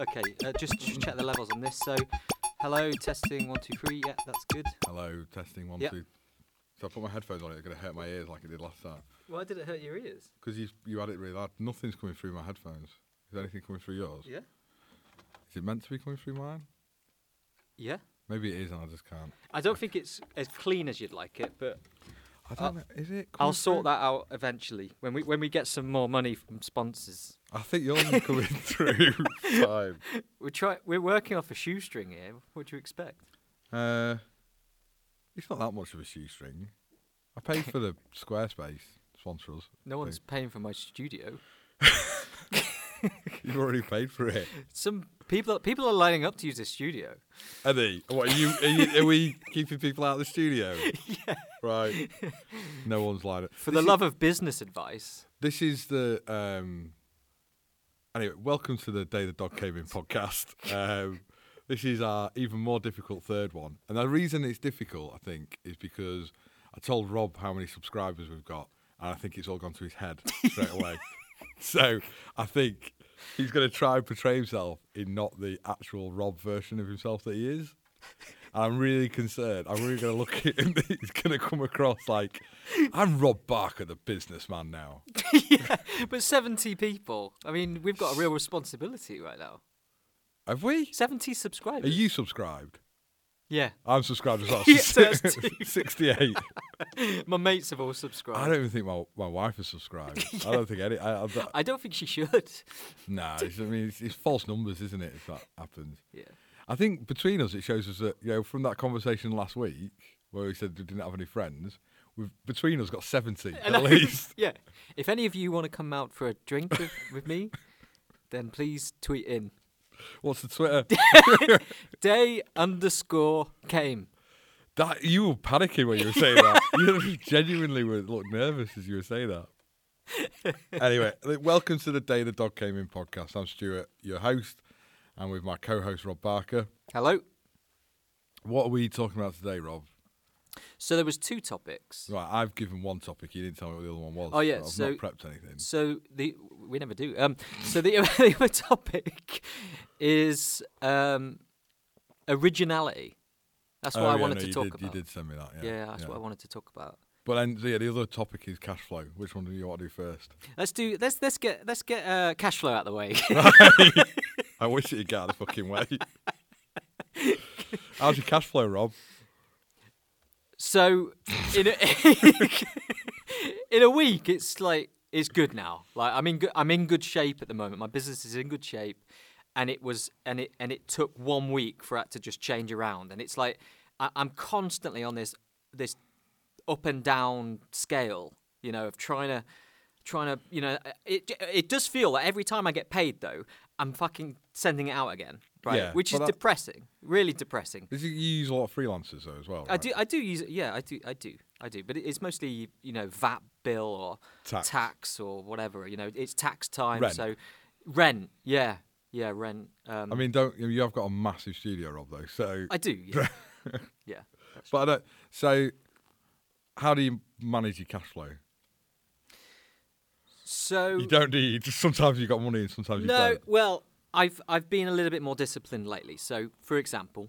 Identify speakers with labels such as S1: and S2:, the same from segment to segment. S1: Okay, uh, just, just check the levels on this. So, hello, testing one two three. Yeah, that's good.
S2: Hello, testing one
S1: Yep.
S2: two. So I put my headphones on. It's gonna hurt my ears like it did last time.
S1: Why did it hurt your ears?
S2: Because you you had it really loud. Nothing's coming through my headphones. Is anything coming through yours?
S1: Yeah.
S2: Is it meant to be coming through mine?
S1: Yeah.
S2: Maybe it is, and I just can't.
S1: I don't think it's as clean as you'd like it, but
S2: I don't know. Is it?
S1: I'll
S2: coming
S1: sort
S2: through?
S1: that out eventually when we when we get some more money from sponsors.
S2: I think yours is coming through fine.
S1: We're try we're working off a shoestring here. What do you expect?
S2: Uh, it's not that much of a shoestring. I paid for the Squarespace sponsor us.
S1: No one's
S2: one's
S1: paying for my studio.
S2: You've already paid for it.
S1: Some people people are lining up to use this studio.
S2: Are they? What are you? Are, you, are we keeping people out of the studio? yeah. Right. No one's lied. it.
S1: For
S2: This
S1: the
S2: is-
S1: love of business advice,
S2: This is the. Um, anyway, welcome to the Day the Dog Came In podcast. Um, this is our even more difficult third one. And the reason it's difficult, I think, is because I told Rob how many subscribers we've got, and I think it's all gone to his head straight away. So I think he's going to try and portray himself in not the actual Rob version of himself that he is. And I'm really concerned. I'm really going to look at him. He's going to come across like, I'm Rob Barker, the businessman now.
S1: but seventy people. I mean, we've got a real responsibility right now.
S2: Have we?
S1: Seventy
S2: Are
S1: subscribers.
S2: you subscribed?
S1: Yeah,
S2: I'm subscribed as well.
S1: Yeah, so that's two.
S2: 68.
S1: my mates have all
S2: I
S1: subscribed.
S2: don't even think my, my wife is subscribed. I don't think any. I, I, don't-
S1: I don't think she should.
S2: nah, it's, I mean, it's, it's false numbers, isn't it, if that happens?
S1: Yeah.
S2: I think between us, it shows us that you know from that conversation last week where we said we didn't have any friends. We've between us got seventy at
S1: I-
S2: least.
S1: yeah. If any of you want to come out for a drink with, with me, then please tweet in.
S2: What's the Twitter?
S1: Day underscore came.
S2: that you were panicking when you were saying that. You genuinely were looked nervous as you were saying that. anyway, li- welcome to the Day the Dog Came In podcast. I'm Stuart, your host, and with my co-host Rob Barker.
S1: Hello.
S2: What are we talking about today, Rob?
S1: So there was two topics.
S2: Right, I've given one topic. You didn't tell me what the other one was.
S1: Oh, yeah,
S2: I've
S1: so-
S2: not prepped anything.
S1: So the we never do. Um, so the, the other topic is um, originality. That's what
S2: Oh,
S1: I
S2: yeah,
S1: wanted
S2: no,
S1: to
S2: you
S1: talk
S2: did,
S1: about.
S2: You did send me that. Yeah,
S1: yeah. that's what I wanted to talk about.
S2: But then, yeah, the other topic is cash flow. Which one do you want to do first?
S1: Let's do. Let's let's get let's get uh, cash flow out of the way.
S2: I wish it'd get out of the fucking way. How's your cash flow, Rob?
S1: So in a, in a week, it's like it's good now. Like I'm in good, I'm in good shape at the moment. My business is in good shape, and it was and it and it took one week for it to just change around. And it's like I, I'm constantly on this this up and down scale, you know, of trying to trying to you know it it does feel that every time I get paid though, I'm fucking sending it out again, right?
S2: Yeah,
S1: Which is
S2: well, that-
S1: depressing, really depressing.
S2: Is it- You use a lot of freelancers though as well.
S1: I
S2: right?
S1: do, I do use it. Yeah, I do, I do, I do. But it- it's mostly you know VAT bill or
S2: Tax.
S1: or whatever. You know, it's tax time.
S2: Rent.
S1: So rent, yeah, yeah, rent. Um,
S2: I mean, don't you you have got a massive studio, Rob? Though, so
S1: I do. Yeah, yeah. that's-
S2: but I don't, so how do you manage your cash flow?
S1: So
S2: You don't need. Sometimes you got money, and sometimes you
S1: no,
S2: don't.
S1: well, I've I've been a little bit more disciplined lately. So, for example,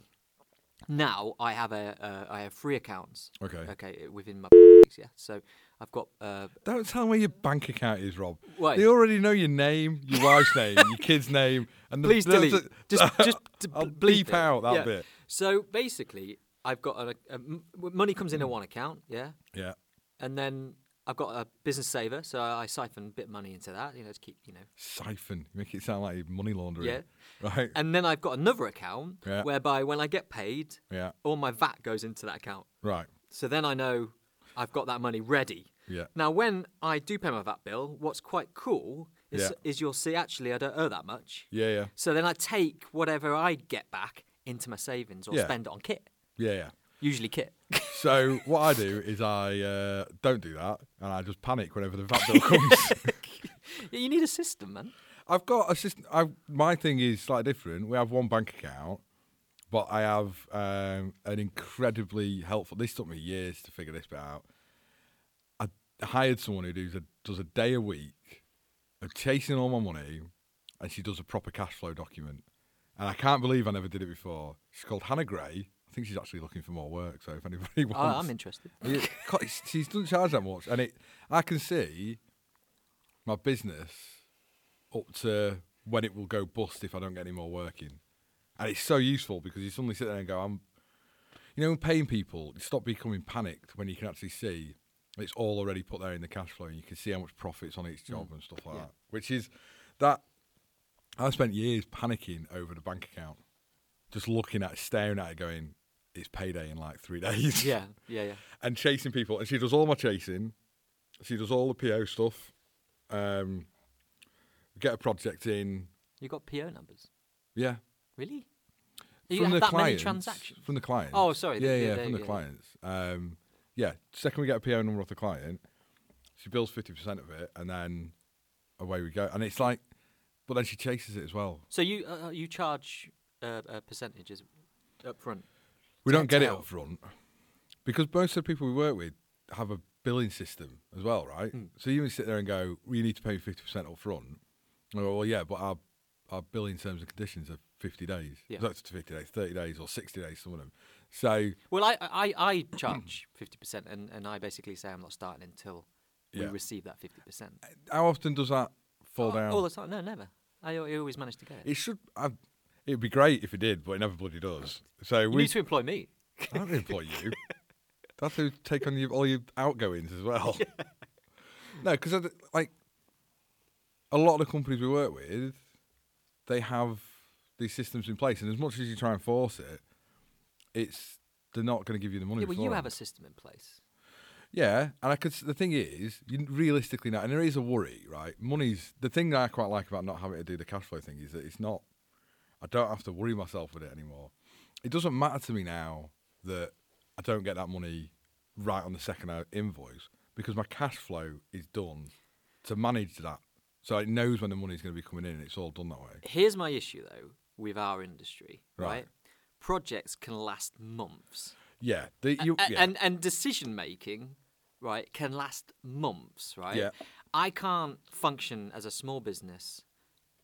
S1: now I have a uh, I have three accounts.
S2: Okay.
S1: Okay, uh, within my yeah. So I've got uh,
S2: Don't tell them where your bank account is, Rob.
S1: Why?
S2: They already know your name, your wife's name, your kid's name, and the,
S1: Please
S2: the-
S1: delete.
S2: the-
S1: just, just d-
S2: I'll
S1: bleep,
S2: bleep
S1: it.
S2: out that
S1: Yeah.
S2: bit.
S1: So basically, I've got a, a m- money comes into one account, yeah,
S2: yeah.
S1: and then I've got a business saver, so I siphon a bit of money into that, you know, to keep, you know.
S2: Siphon. You make it sound like you're money laundering.
S1: Yeah.
S2: Right.
S1: And then I've got another account
S2: Yeah.
S1: whereby when I get paid,
S2: yeah.
S1: all my VAT goes into that account.
S2: Right.
S1: So then I know I've got that money ready.
S2: Yeah.
S1: Now, when I do pay my VAT bill, what's quite cool is,
S2: Yeah.
S1: is you'll see actually I don't owe that much.
S2: Yeah. Yeah.
S1: So then I take whatever I get back into my savings or
S2: Yeah.
S1: spend it on kit.
S2: Yeah. Yeah.
S1: Usually kit.
S2: So what I do is I uh, don't do that, and I just panic whenever the VAT bill comes.
S1: Yeah, you need a system, man.
S2: I've got a system. I've, my thing is slightly different. We have one bank account, but I have um, an incredibly helpful. This took me years to figure this bit out. I hired someone who does a, does a day a week of chasing all my money, and she does a proper cash flow document. and I can't believe I never did it before. She's called Hannah Gray. I think she's actually looking for more work. So if anybody wants,
S1: Oh, I'm interested.
S2: Hmm. Yeah, co- she doesn't charge that much, and it I can see my business up to when it will go bust if I don't get any more work in, and it's so useful because you suddenly sit there and go, I'm, you know, paying people. You stop becoming panicked when you can actually see it's all already put there in the cash flow, and you can see how much profits on each job and stuff like
S1: Mm. Yeah.
S2: that. Which is that I spent years panicking over the bank account, just looking at, it, staring at it, going, "It's payday in like three days."
S1: Yeah, yeah, yeah.
S2: and chasing people. And she does all my chasing. She does all the PO stuff. Um, get a project in.
S1: You got PO numbers,
S2: Yeah.
S1: really? You have that many transactions.
S2: From the clients.
S1: Oh, sorry, the- yeah,
S2: Yeah, yeah,
S1: there
S2: from
S1: you go,
S2: the
S1: yeah.
S2: clients. Um, yeah. Second, we get a PO number off the client. She bills fifty percent of it, and then away we go. And it's like, but then she chases it as well.
S1: So you uh, you charge uh, uh, percentages up front.
S2: We don't get it
S1: Tactile.
S2: up front because most of the people we work with have a billing system as well, right? So you can sit there and go, well, "You need to pay me fifty percent up front." And I go, well, yeah, but our our billing terms and conditions are fifty days.
S1: Yeah.
S2: That's fifty days, thirty days, or sixty days. Some of them. So
S1: Well, I I, I charge fifty percent, and, and I basically say I'm not starting until we
S2: Yeah.
S1: receive that fifty percent.
S2: how often does that fall down?
S1: All the time? No, never. I, al- I always manage to get it.
S2: it should. I, it'd be great if it did, but it never bloody does. So
S1: You
S2: we
S1: need to employ me.
S2: I don't employ you. That's who take on your, all your outgoings as well. No, because like a lot of the companies we work with, they have these systems in place, and as much as you try and force it, it's they're not going to give you the money.
S1: Yeah, well, you have a
S2: beforehand.
S1: system in place.
S2: yeah, and I could. s- The thing is, you n- realistically, now, and there is a worry, right? Money's the thing that I quite like about not having to do the cash flow thing is that it's not. I don't have to worry myself with it anymore. It doesn't matter to me now that I don't get that money right on the second out invoice because my cash flow is done to manage that. So it knows when the money's going to be coming in and it's all done that way.
S1: Here's my issue though with our industry,
S2: Right.
S1: right? Projects can last months,
S2: Yeah. The, you,
S1: A-
S2: yeah.
S1: and and decision making, right, can last months, right?
S2: Yeah.
S1: I can't function as a small business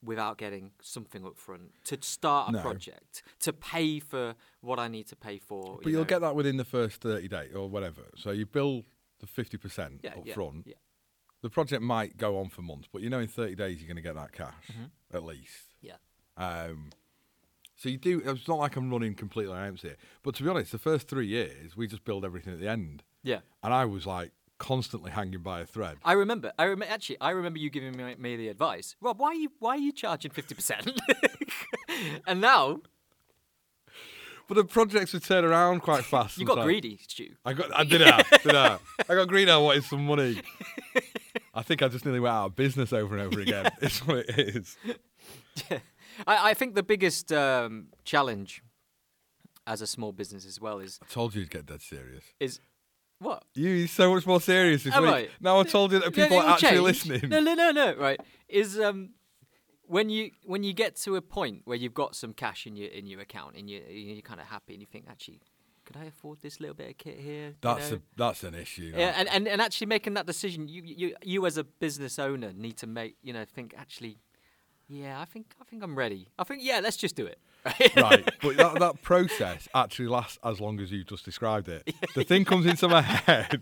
S1: without getting something up front to start a
S2: No.
S1: project to pay for what I need to pay for.
S2: but
S1: you
S2: you'll
S1: know.
S2: get that within the first 30 days or whatever. So you bill the 50%
S1: yeah,
S2: up
S1: yeah,
S2: front.
S1: Yeah.
S2: the project might go on for months, but you know in 30 days you're going to get that cash
S1: Mm-hmm.
S2: at least.
S1: yeah.
S2: Um, so you do. It's not like I'm running completely empty. But to be honest, the first three years we just build everything at the end,
S1: Yeah.
S2: and I was like constantly hanging by a thread.
S1: I remember. I rem- actually. I remember you giving me, me the advice, Rob. Why are you Why are you charging fifty percent? and now
S2: But the projects would turn around quite fast.
S1: you got
S2: sometimes.
S1: greedy, Stu.
S2: I got. I did it. did I? I got greedy. I wanted some money. I think I just nearly went out of business over and over again. It's what it is.
S1: I, I think the biggest um, challenge as a small business as well is
S2: I told you you'd get dead serious.
S1: is what
S2: You you're so much more serious this
S1: Am
S2: week.
S1: I?
S2: Now I told you that
S1: No,
S2: people
S1: it will
S2: are actually
S1: change.
S2: listening.
S1: No, no, no, no. Right, is um, when you when you get to a point where you've got some cash in your in your account and you you're kind of happy and you think actually, could I afford this little bit of kit here? You
S2: That's
S1: know?
S2: a that's an issue.
S1: Yeah,
S2: that.
S1: and, and, and actually making that decision, you, you you as a business owner need to make you know think actually, yeah, I think I think I'm ready. I think yeah, let's just do it.
S2: right, but that, that process actually lasts as long as you just described it. The thing comes into my head.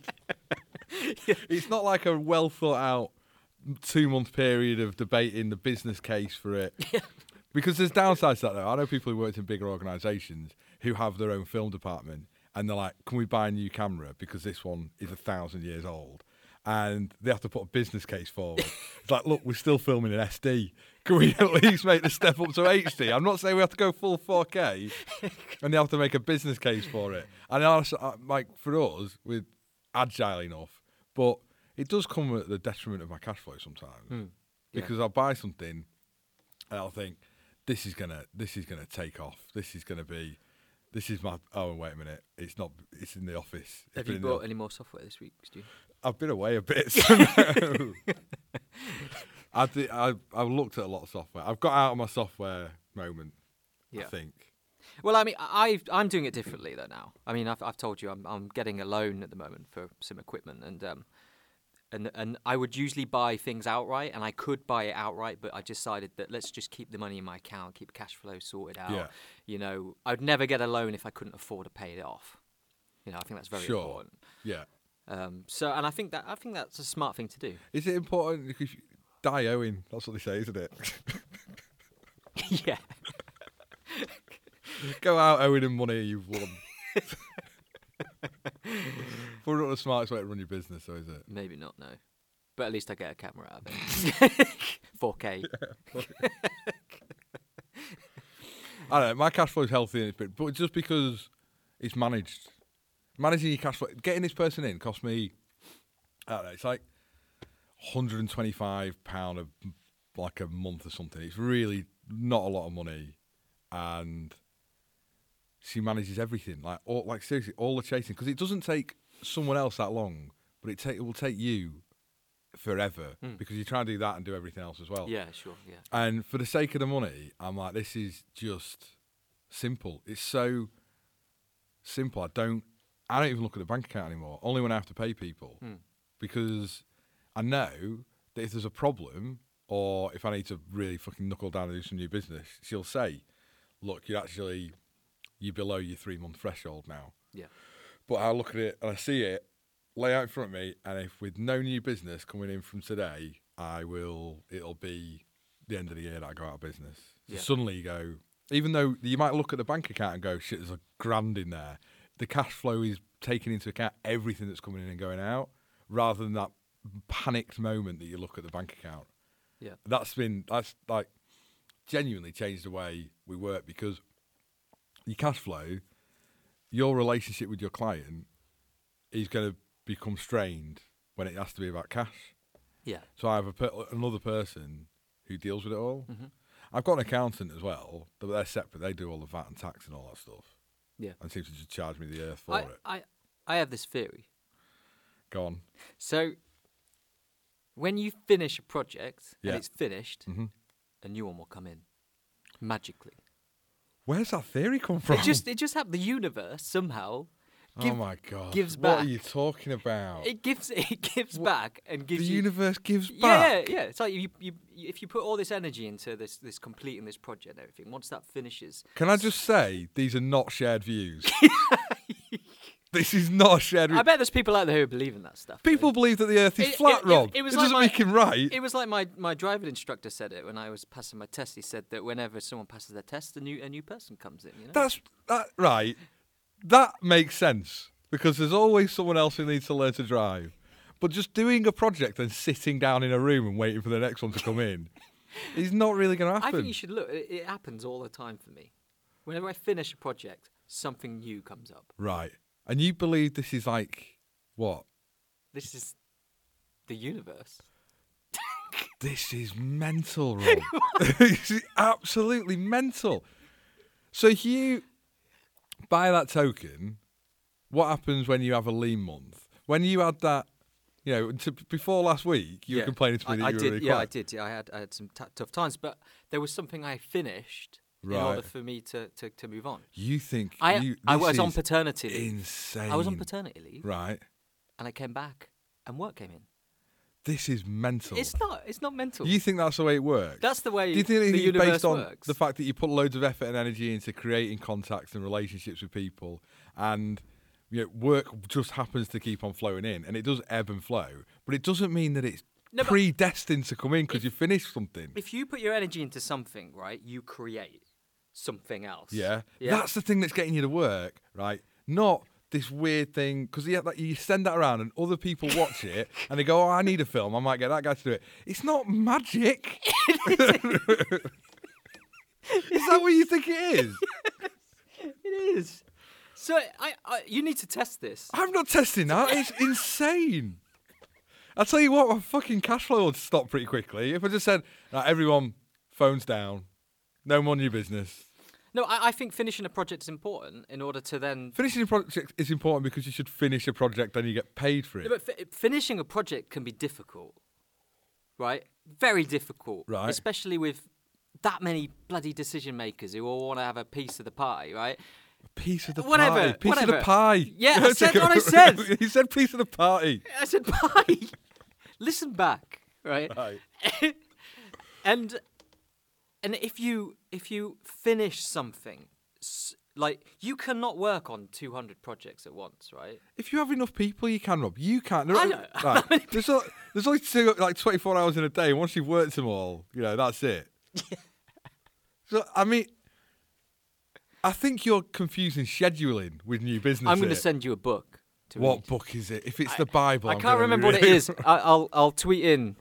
S2: It's not like a well thought out two month period of debating the business case for it. Because there's downsides to that though. I know people who worked in bigger organisations who have their own film department and they're like, Can we buy a new camera? Because this one is a thousand years old. And they have to put a business case forward. it's like, look, we're still filming in SD. Can we at least make the step up to HD? I'm not saying we have to go full 4K, and they have to make a business case for it. And also, uh, like for us, with agile enough, but it does come at the detriment of my cash flow sometimes
S1: Hmm. yeah.
S2: because I'll buy something and I'll think this is gonna this is gonna take off. This is gonna be this is my oh wait a minute it's not it's in the office. It's
S1: Have
S2: been
S1: you
S2: in the
S1: bought
S2: off-
S1: any more software this week, Stu?
S2: I've been away a bit. So no. I did, I I've looked at a lot of software. I've got out of my software moment. I
S1: Yeah.
S2: think.
S1: Well, I mean, I I- I'm doing it differently though now. I mean, I've I've told you I'm I'm getting a loan at the moment for some equipment, and um, and and I would usually buy things outright, and I could buy it outright, but I decided that let's just keep the money in my account, keep cash flow sorted out.
S2: Yeah.
S1: You know, I'd never get a loan if I couldn't afford to pay it off. You know, I think that's very
S2: Sure.
S1: important.
S2: Yeah.
S1: Um, so, and I think that I think that's a smart thing to do.
S2: Is it important? Because you die owing. That's what they say, isn't it?
S1: yeah.
S2: Go out owing him money you've won. Probably not the smartest way to run your business, though, is it?
S1: Maybe not, no. But at least I get a camera out of it. 4K.
S2: I don't know. My cash flow is healthy and it's been, but just because it's managed, managing your cash flow, getting this person in cost me, I don't know, it's like £125 a, like a month or something. It's really not a lot of money. And she manages everything. Like, all, like seriously, all the chasing. Because it doesn't take someone else that long, but it, take, it will take you forever because you try and do that and do everything else as well.
S1: Yeah, sure, yeah.
S2: And for the sake of the money, I'm like, this is just simple. It's so simple. I don't, I don't even look at the bank account anymore. Only when I have to pay people, because I know that if there's a problem or if I need to really fucking knuckle down and do some new business, she'll say, look, you're actually you're below your three month threshold now.
S1: Yeah.
S2: But I look at it and I see it lay out in front of me, and if with no new business coming in from today, I will. It'll be the end of the year that I go out of business. So
S1: Yeah.
S2: Suddenly, you go. Even though you might look at the bank account and go, "Shit, there's a grand in there," the cash flow is taking into account everything that's coming in and going out, rather than that panicked moment that you look at the bank account
S1: Yeah.
S2: that's been that's like genuinely changed the way we work because your cash flow, your relationship with your client is going to become strained when it has to be about cash.
S1: Yeah.
S2: So I have a, per- another person who deals with it all.
S1: Mm-hmm.
S2: I've got an accountant as well, but they're separate. They do all the VAT and tax and all that stuff,
S1: Yeah.
S2: and seems to just charge me the earth for
S1: I,
S2: it.
S1: I I have this theory.
S2: Go on.
S1: So when you finish a project
S2: Yeah. Mm-hmm.
S1: and it's finished, a new one will come in. Magically.
S2: Where's that theory come from?
S1: It just it just happened the universe somehow
S2: oh
S1: give-
S2: my god!
S1: gives
S2: what are
S1: back.
S2: you talking about?
S1: it gives it gives back and
S2: the
S1: gives you
S2: universe gives back.
S1: Yeah, yeah, yeah. It's like you, you, you, if you put all this energy into this, this completing this project and everything. Once that finishes,
S2: Can I just say these are not shared views? this is not a shared.
S1: I
S2: View.
S1: bet there's people out there who believe in that stuff. though.
S2: People believe that the Earth is
S1: It-
S2: flat,
S1: it- it-
S2: Rob. It,
S1: it was like
S2: doesn't
S1: my-
S2: make him right.
S1: It was like my, my driving instructor said it when I was passing my test. He said that whenever someone passes their test, a new a new person comes in. You know.
S2: That's that right. That makes sense because there's always someone else who needs to learn to drive. But just doing a project and sitting down in a room and waiting for the next one to come in is not really going to
S1: I
S2: happen.
S1: think you should look. It, it happens all the time for me. Whenever I finish a project, something new comes up.
S2: Right, and you believe this is like what?
S1: This is the universe.
S2: This is mental, Rob. this is absolutely mental. So if you by that token, what happens when you have a lean month? When you had that, you know, to, before last week, you
S1: Yeah.
S2: were complaining to me
S1: I,
S2: that
S1: I
S2: you
S1: did,
S2: were really
S1: yeah, I
S2: quiet.
S1: did. Yeah, I had I had some t- tough times, but there was something I finished in order
S2: Right.
S1: for me to, to, to move on.
S2: You think
S1: I
S2: you,
S1: I
S2: this
S1: was on
S2: is
S1: paternity leave.
S2: Insane.
S1: I was on paternity leave,
S2: Right.
S1: and I came back, and work came in.
S2: This is mental.
S1: It's not. It's not mental.
S2: you think that's the way it works?
S1: That's the way
S2: Do you think
S1: the
S2: it's
S1: universe
S2: based on
S1: works.
S2: the fact that you put loads of effort and energy into creating contacts and relationships with people, and you know, work just happens to keep on flowing in, and it does ebb and flow, but it doesn't mean that it's
S1: No, but-
S2: predestined to come in because you finished something.
S1: if you put your energy into something, right, you create something else.
S2: yeah?
S1: Yeah.
S2: that's the thing that's getting you to work, right? Not this weird thing because you, have that- you send that around and other people watch it and they go, "Oh, I need a film. I might get that guy to do it." It's not magic. is that what you think it is?
S1: it is. So I, I, you need to test this.
S2: I'm not testing that. It's insane. I'll tell you what, my fucking cash flow would stop pretty quickly if I just said, "Right, everyone, phones down, no more new business.
S1: No, I, I think finishing a project is important in order to then.
S2: Finishing a project is important because you should finish a project, then you get paid for it.
S1: No, but fi- finishing a project can be difficult, right? Very difficult,
S2: Right.
S1: Especially with that many bloody decision makers who all want to have a piece of the pie, right?
S2: piece of the
S1: Whatever,
S2: pie. Piece of
S1: whatever.
S2: the pie.
S1: Yeah, I said what I said.
S2: he said piece of the party.
S1: I said pie. listen back, right?
S2: Right.
S1: and and if you if you finish something, s- like you cannot work on 200 projects at once, right?
S2: If you have enough people, you can, Rob. You can. There
S1: I
S2: are-
S1: know.
S2: Right. there's, al- there's only two, like 24 hours in a day. and Once you've worked them all, you know, that's it. so, I mean, I think you're confusing scheduling with new business.
S1: I'm going to
S2: here.
S1: send you a book. To
S2: What
S1: read.
S2: book is it? If it's the Bible.
S1: I
S2: I'm
S1: can't
S2: gonna
S1: remember what it
S2: read
S1: is. I, I'll I'll tweet in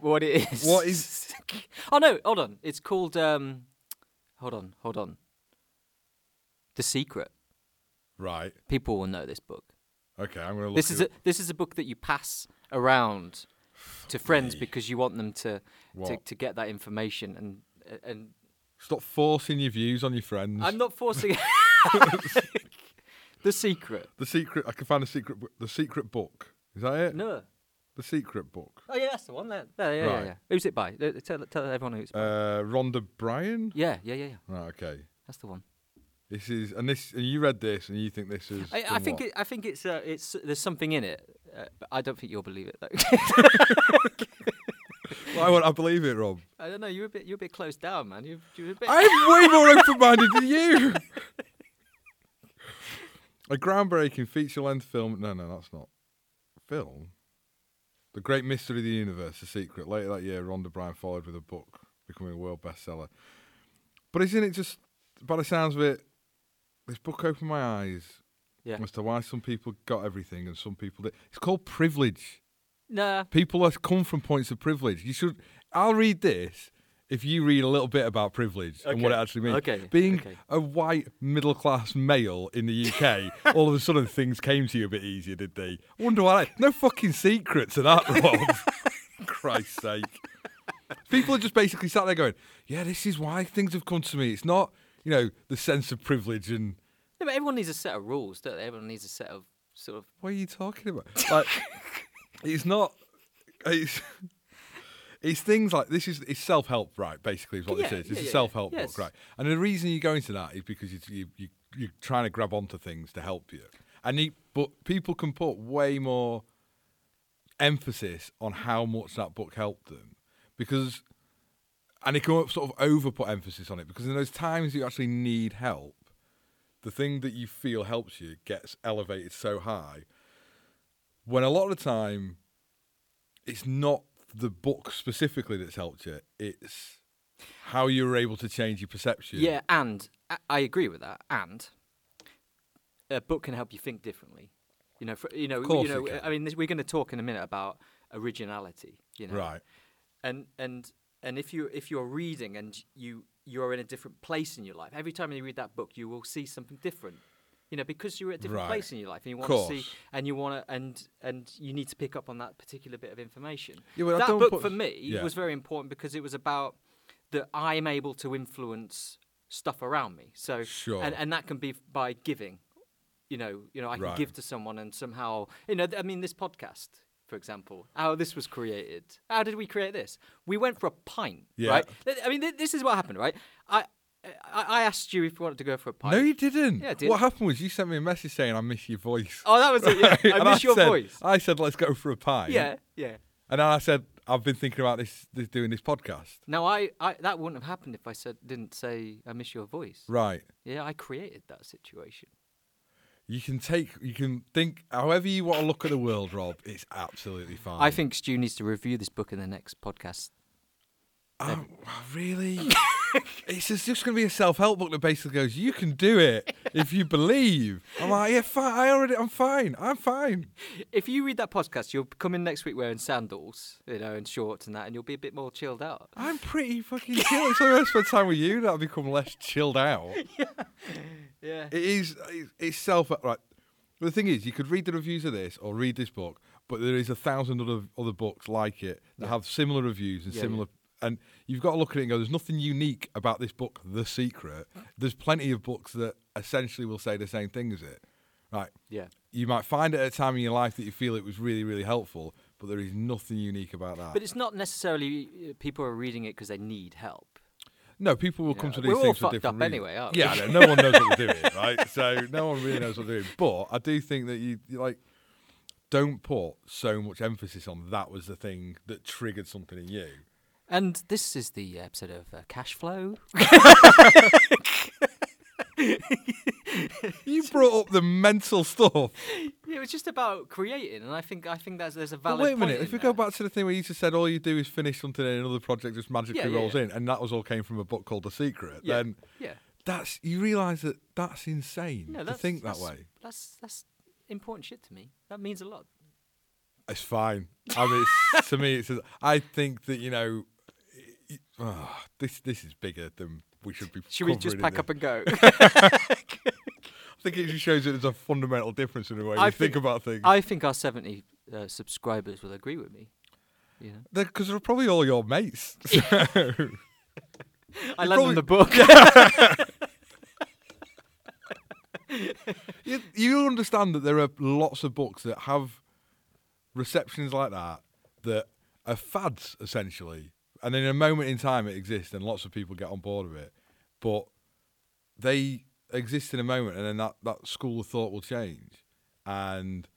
S1: what it is.
S2: What is-
S1: oh no! Hold on. It's called. Um, hold on. Hold on. The Secret.
S2: Right.
S1: People will know this book.
S2: Okay, I'm going to look
S1: This is
S2: it
S1: a this is a book that you pass around to friends
S2: me.
S1: because you want them to to,
S2: What?
S1: to get that information and and
S2: Stop forcing your views on your friends.
S1: I'm not forcing it. the secret.
S2: The secret. I can find the secret. bo- The secret book. Is that it?
S1: No.
S2: The secret book.
S1: Oh yeah, that's the one. There. Yeah, yeah, yeah,
S2: Right.
S1: yeah. Who's it by? Uh, Tell tell everyone who it's by.
S2: Uh, Rhonda Bryan.
S1: yeah, yeah, yeah, yeah.
S2: Right. Okay.
S1: That's the one.
S2: This is and this and you read this and you think this is.
S1: I, I
S2: done
S1: think
S2: what?
S1: it, I think it's uh, it's there's something in it, uh, but I don't think you'll believe it though.
S2: Why would I believe it, Rob?
S1: I don't know. You're a bit you're a bit closed down, man. You're, you're a bit.
S2: I'm way more open-minded than you. A groundbreaking feature-length film. No, no, that's not film. The Great Mystery of the Universe: The Secret. Later that year, Rhonda Bryan followed with a book, becoming a world bestseller. But isn't it just? By the sounds of it, this book opened my eyes
S1: yeah.
S2: as to why some people got everything and some people did. It's called privilege.
S1: Nah.
S2: people that come from points of privilege. You should. I'll read this if you read a little bit about privilege and what it
S1: Okay.
S2: actually means.
S1: Okay,
S2: Being
S1: okay.
S2: a white middle class male in the UK, all of a sudden things came to you a bit easier, did they? I wonder why. No fucking secret to that, Rob. Christ's sake. People are just basically sat there going, "Yeah, this is why things have come to me. It's not, you know, the sense of privilege and."
S1: No, but everyone needs a set of rules, don't they? Everyone needs a set of sort of.
S2: What are you talking about? Like, it's not. It's it's things like this is it's self help, right? Basically, is what
S1: Yeah,
S2: this is.
S1: yeah,
S2: It's
S1: yeah,
S2: a self help
S1: yeah.
S2: book,
S1: Yes.
S2: right? And the reason you go into that is because you you, you you're trying to grab onto things to help you. And you, but people can put way more emphasis on how much that book helped them because and they can sort of over put emphasis on it because in those times you actually need help the thing that you feel helps you gets elevated so high when a lot of the time it's not the book specifically that's helped you it's how you were able to change your perception
S1: Yeah, and I, I agree with that. And a book can help you think differently. You know, for, you know,
S2: course
S1: you know.
S2: it can.
S1: I mean, this, we're going to talk in a minute about originality. You know,
S2: right
S1: and and and if you if you're reading and you you're in a different place in your life every time you read that book you will see something different you know because you're at a different
S2: Right.
S1: place in your life and you want to see
S2: Course.
S1: and you want to and and you need to pick up on that particular bit of information
S2: Yeah, well, I
S1: that
S2: don't
S1: book
S2: put-
S1: for me
S2: Yeah.
S1: was very important because it was about that i'm able to influence stuff around me so
S2: Sure.
S1: and, and that can be by giving you know you know i can
S2: Right.
S1: give to someone and somehow you know th- i mean this podcast for example how this was created how did we create this we went for a pint
S2: Yeah.
S1: right Th- i mean th- this is what happened right i i, I asked you if you wanted to go for a pint
S2: no you didn't
S1: Yeah, I did.
S2: what happened was you sent me a message saying i miss your voice
S1: oh that was it yeah.
S2: And
S1: i miss your
S2: said- "Oh,
S1: voice
S2: i said let's go for a pie
S1: yeah yeah
S2: and then i said i've been thinking about this, this doing this podcast
S1: now I, I that wouldn't have happened if i said didn't say i miss your voice
S2: right
S1: yeah i created that situation
S2: You can take, you can think however you want to look at the world, Rob. It's absolutely fine.
S1: i think stu needs to review this book in the next podcast
S2: Oh, really? it's just, just going to be a self help book that basically goes, you can do it if you believe. I'm like, yeah, fine. I already, I'm fine. I'm fine.
S1: If you read that podcast, you'll come in next week wearing sandals, you know, and shorts and that, and you'll be a bit more chilled out.
S2: I'm pretty fucking chill. It's only when I spend time with you that I become less chilled out.
S1: Yeah.
S2: It is, it's- it's self right. The thing is, you could read the reviews of this or read this book, but there is a thousand other other books like it that have similar reviews and
S1: Yeah, yeah.
S2: similar. And you've got to look at it and go, there's nothing unique about this book, The Secret. There's plenty of books that essentially will say the same thing as it. Right.
S1: Yeah.
S2: You might find it at a time in your life that you feel it was really, really helpful, but there is nothing unique about that.
S1: But it's not necessarily uh, people are reading it because they need help.
S2: No, people will come
S1: Yeah,
S2: to these
S1: we're all
S2: things for
S1: fucked
S2: different
S1: up
S2: reasons.
S1: anyway, aren't we?
S2: yeah, I know, no one knows what we're doing, right? So no one really knows what we're doing. But I do think that you, you like don't put so much emphasis on that was the thing that triggered something in you.
S1: And this is the episode of uh, Cash Flow.
S2: You brought up the mental stuff.
S1: Yeah, it was just about creating, and I think I think that's there's a
S2: But
S1: valid.
S2: wait a minute.
S1: point
S2: If
S1: in
S2: we go
S1: there.
S2: back to the thing where you just said all you do is finish something and another project just magically
S1: yeah,
S2: rolls
S1: yeah.
S2: in, and that was all came from a book called The Secret,
S1: yeah,
S2: then
S1: yeah,
S2: that's you realise that that's insane
S1: no,
S2: to
S1: that's,
S2: think that
S1: that's,
S2: way.
S1: That's that's important shit to me. That means a lot.
S2: It's fine. I mean, it's, to me, it's. I think that you know, it- ah, this this is bigger than we should be.
S1: Should we just
S2: covering in
S1: pack
S2: this.
S1: up and go?
S2: I think it just shows that there's a fundamental difference in the way
S1: I
S2: we think,
S1: think-
S2: about things.
S1: I think our 70 uh, subscribers will agree with me. You know,
S2: Because they're probably all your mates.
S1: I lent
S2: probably-
S1: them the book.
S2: you, you understand that there are lots of books that have receptions like that that are fads essentially, and in a moment in time it exists, and lots of people get on board with it, but they exist in a moment, and then that that school of thought will change, and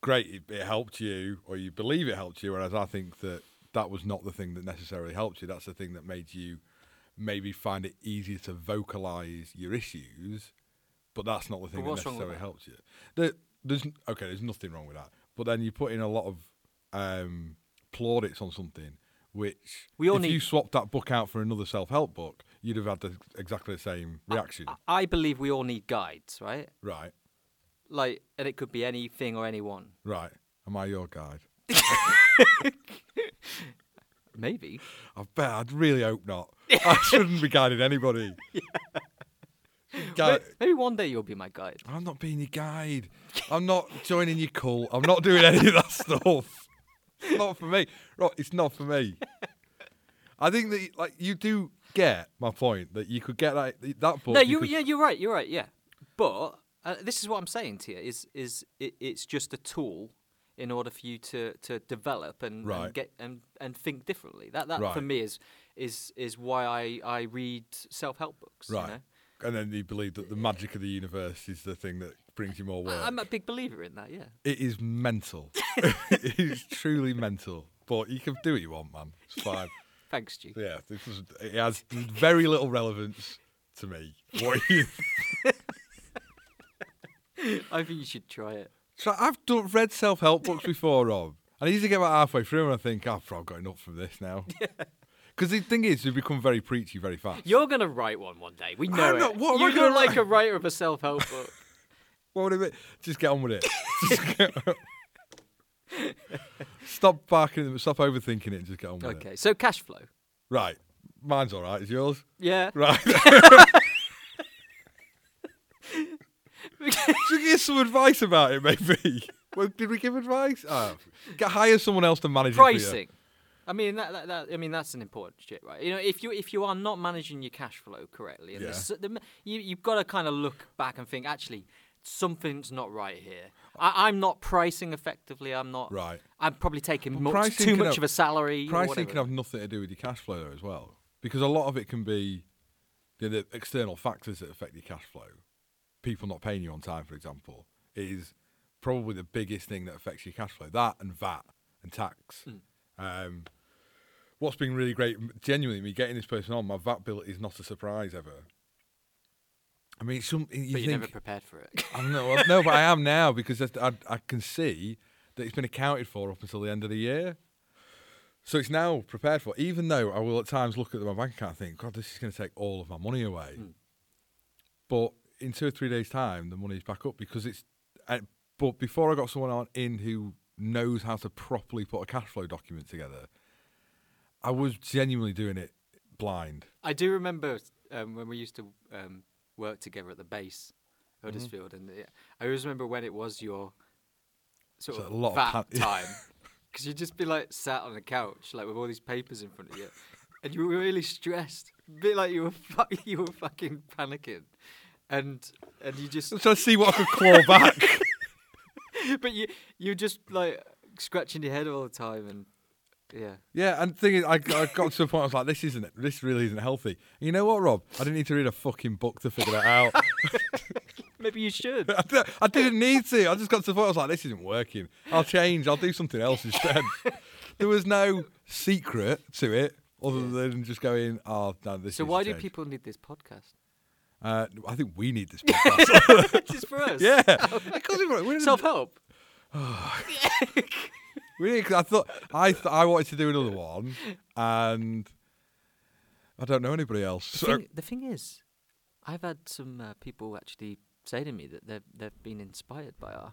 S2: great, it, it helped you, or you believe it helped you, whereas I think that that was not the thing that necessarily helped you. That's the thing that made you maybe find it easier to vocalize your issues, but that's not the thing that
S1: what's wrong with
S2: necessarily
S1: that?
S2: helped you. There, there's n- okay, there's nothing wrong with that, but then you put in a lot of um, plaudits on something, which
S1: We all
S2: if
S1: need-
S2: you swapped that book out for another self-help book, you'd have had the, exactly the same reaction,
S1: I- I believe we all need guides, right?
S2: right?
S1: Like, and it could be anything or anyone.
S2: Right. Am I your guide?
S1: Maybe.
S2: I bet. I'd really hope not. I shouldn't be guiding anybody. Gui-
S1: May- Maybe one day you'll be my guide.
S2: I'm not being your guide. I'm not joining your cult. I'm not doing any of that stuff. It's not for me. Right, it's not for me. I think that like you do get my point that you could get that that book.
S1: no, you,
S2: could-
S1: yeah, you're right. You're right. Yeah, but uh, this is what I'm saying to you: is is it, it's just a tool in order for you to to develop and,
S2: Right.
S1: and get and, and think differently. That that for
S2: Right.
S1: me is is is why I I read self help books. you
S2: right.
S1: know?
S2: And then you believe that the magic of the universe is the thing that brings you more work.
S1: I, am a big believer in that. Yeah.
S2: It is mental. it is truly mental. But you can do what you want, man. It's fine.
S1: Thanks, G.
S2: Yeah, this is, it has very little relevance to me. What you?
S1: I think you should try it.
S2: So I've done read self help books before, Rob, and I usually get about halfway through and I think "Oh, I've probably got enough from this now. Because the thing is, they become very preachy very fast.
S1: You're gonna write one one day. We know
S2: I'm
S1: it.
S2: not- what am I
S1: You're
S2: gonna
S1: like a writer of a self help book.
S2: What would it be? Just get on with it. Just get on. stop barking at them. Stop overthinking it and just get on with it.
S1: okay. So cash flow.
S2: Right. Mine's all right. Is yours?
S1: Yeah.
S2: Right. Should we give some advice about it, maybe? Well, did we give advice? Oh, g- hire someone else to manage it for you.
S1: pricing. I mean that, that, that I mean that's an important shit, right? You know, if you if you are not managing your cash flow correctly, and
S2: Yeah.
S1: there's the, you you've got to kind of look back and think actually something's not right here. I, I'm not pricing effectively. I'm not.
S2: Right.
S1: I'm probably taking much,
S2: pricing
S1: too
S2: can
S1: much
S2: have-
S1: of a salary. or
S2: Pricing
S1: whatever.
S2: can have nothing to do with your cash flow though, as well, because a lot of it can be the, the external factors that affect your cash flow. People not paying you on time, for example, is probably the biggest thing that affects your cash flow. That and VAT and tax.
S1: Hmm.
S2: Um, what's been really great, m- genuinely, me getting this person on, my VAT bill is not a surprise ever. I mean, it's some,
S1: but
S2: you think,
S1: you're never prepared for it.
S2: I know, I- no, but I am now because I, I, I can see that it's been accounted for up until the end of the year. So it's now prepared for, even though I will at times look at my bank account and think, God, this is going to take all of my money away. But in two or three days' time, the money's back up because it's. I, but before I got someone on in who knows how to properly put a cash flow document together, I was genuinely doing it blind.
S1: I do remember um, when we used to um, work together at the base,
S2: Mm-hmm.
S1: Huddersfield, and yeah, I always remember when it was your sort
S2: So
S1: of
S2: a lot of
S1: fat
S2: pan-
S1: time, because you'd just be like sat on a couch, like with all these papers in front of you, and you were really stressed, a bit like you were fu- you were fucking panicking, and and you just
S2: So I see what I could claw back.
S1: but you you were just like scratching your head all the time, and yeah,
S2: Yeah, and the thing is, I, I got to a point. I was like, "This isn't. This really isn't healthy." And you know what, Rob? I didn't need to read a fucking book to figure that out.
S1: Maybe you should.
S2: I di- I didn't need to. I just got to the point. I was like, this isn't working. I'll change. I'll do something else instead. there was no secret to it other than just going, oh, no, this
S1: So
S2: needs
S1: why
S2: to
S1: do
S2: change."
S1: people need this podcast?
S2: Uh, I think we need this podcast.
S1: Just for us.
S2: yeah. Of course we want it. We didn't-
S1: Self help.
S2: we didn't- 'cause I thought I, th- I wanted to do another one, and I don't know anybody else.
S1: The,
S2: So,
S1: thing, the thing is, I've had some uh, people actually say to me that they've they've been inspired by our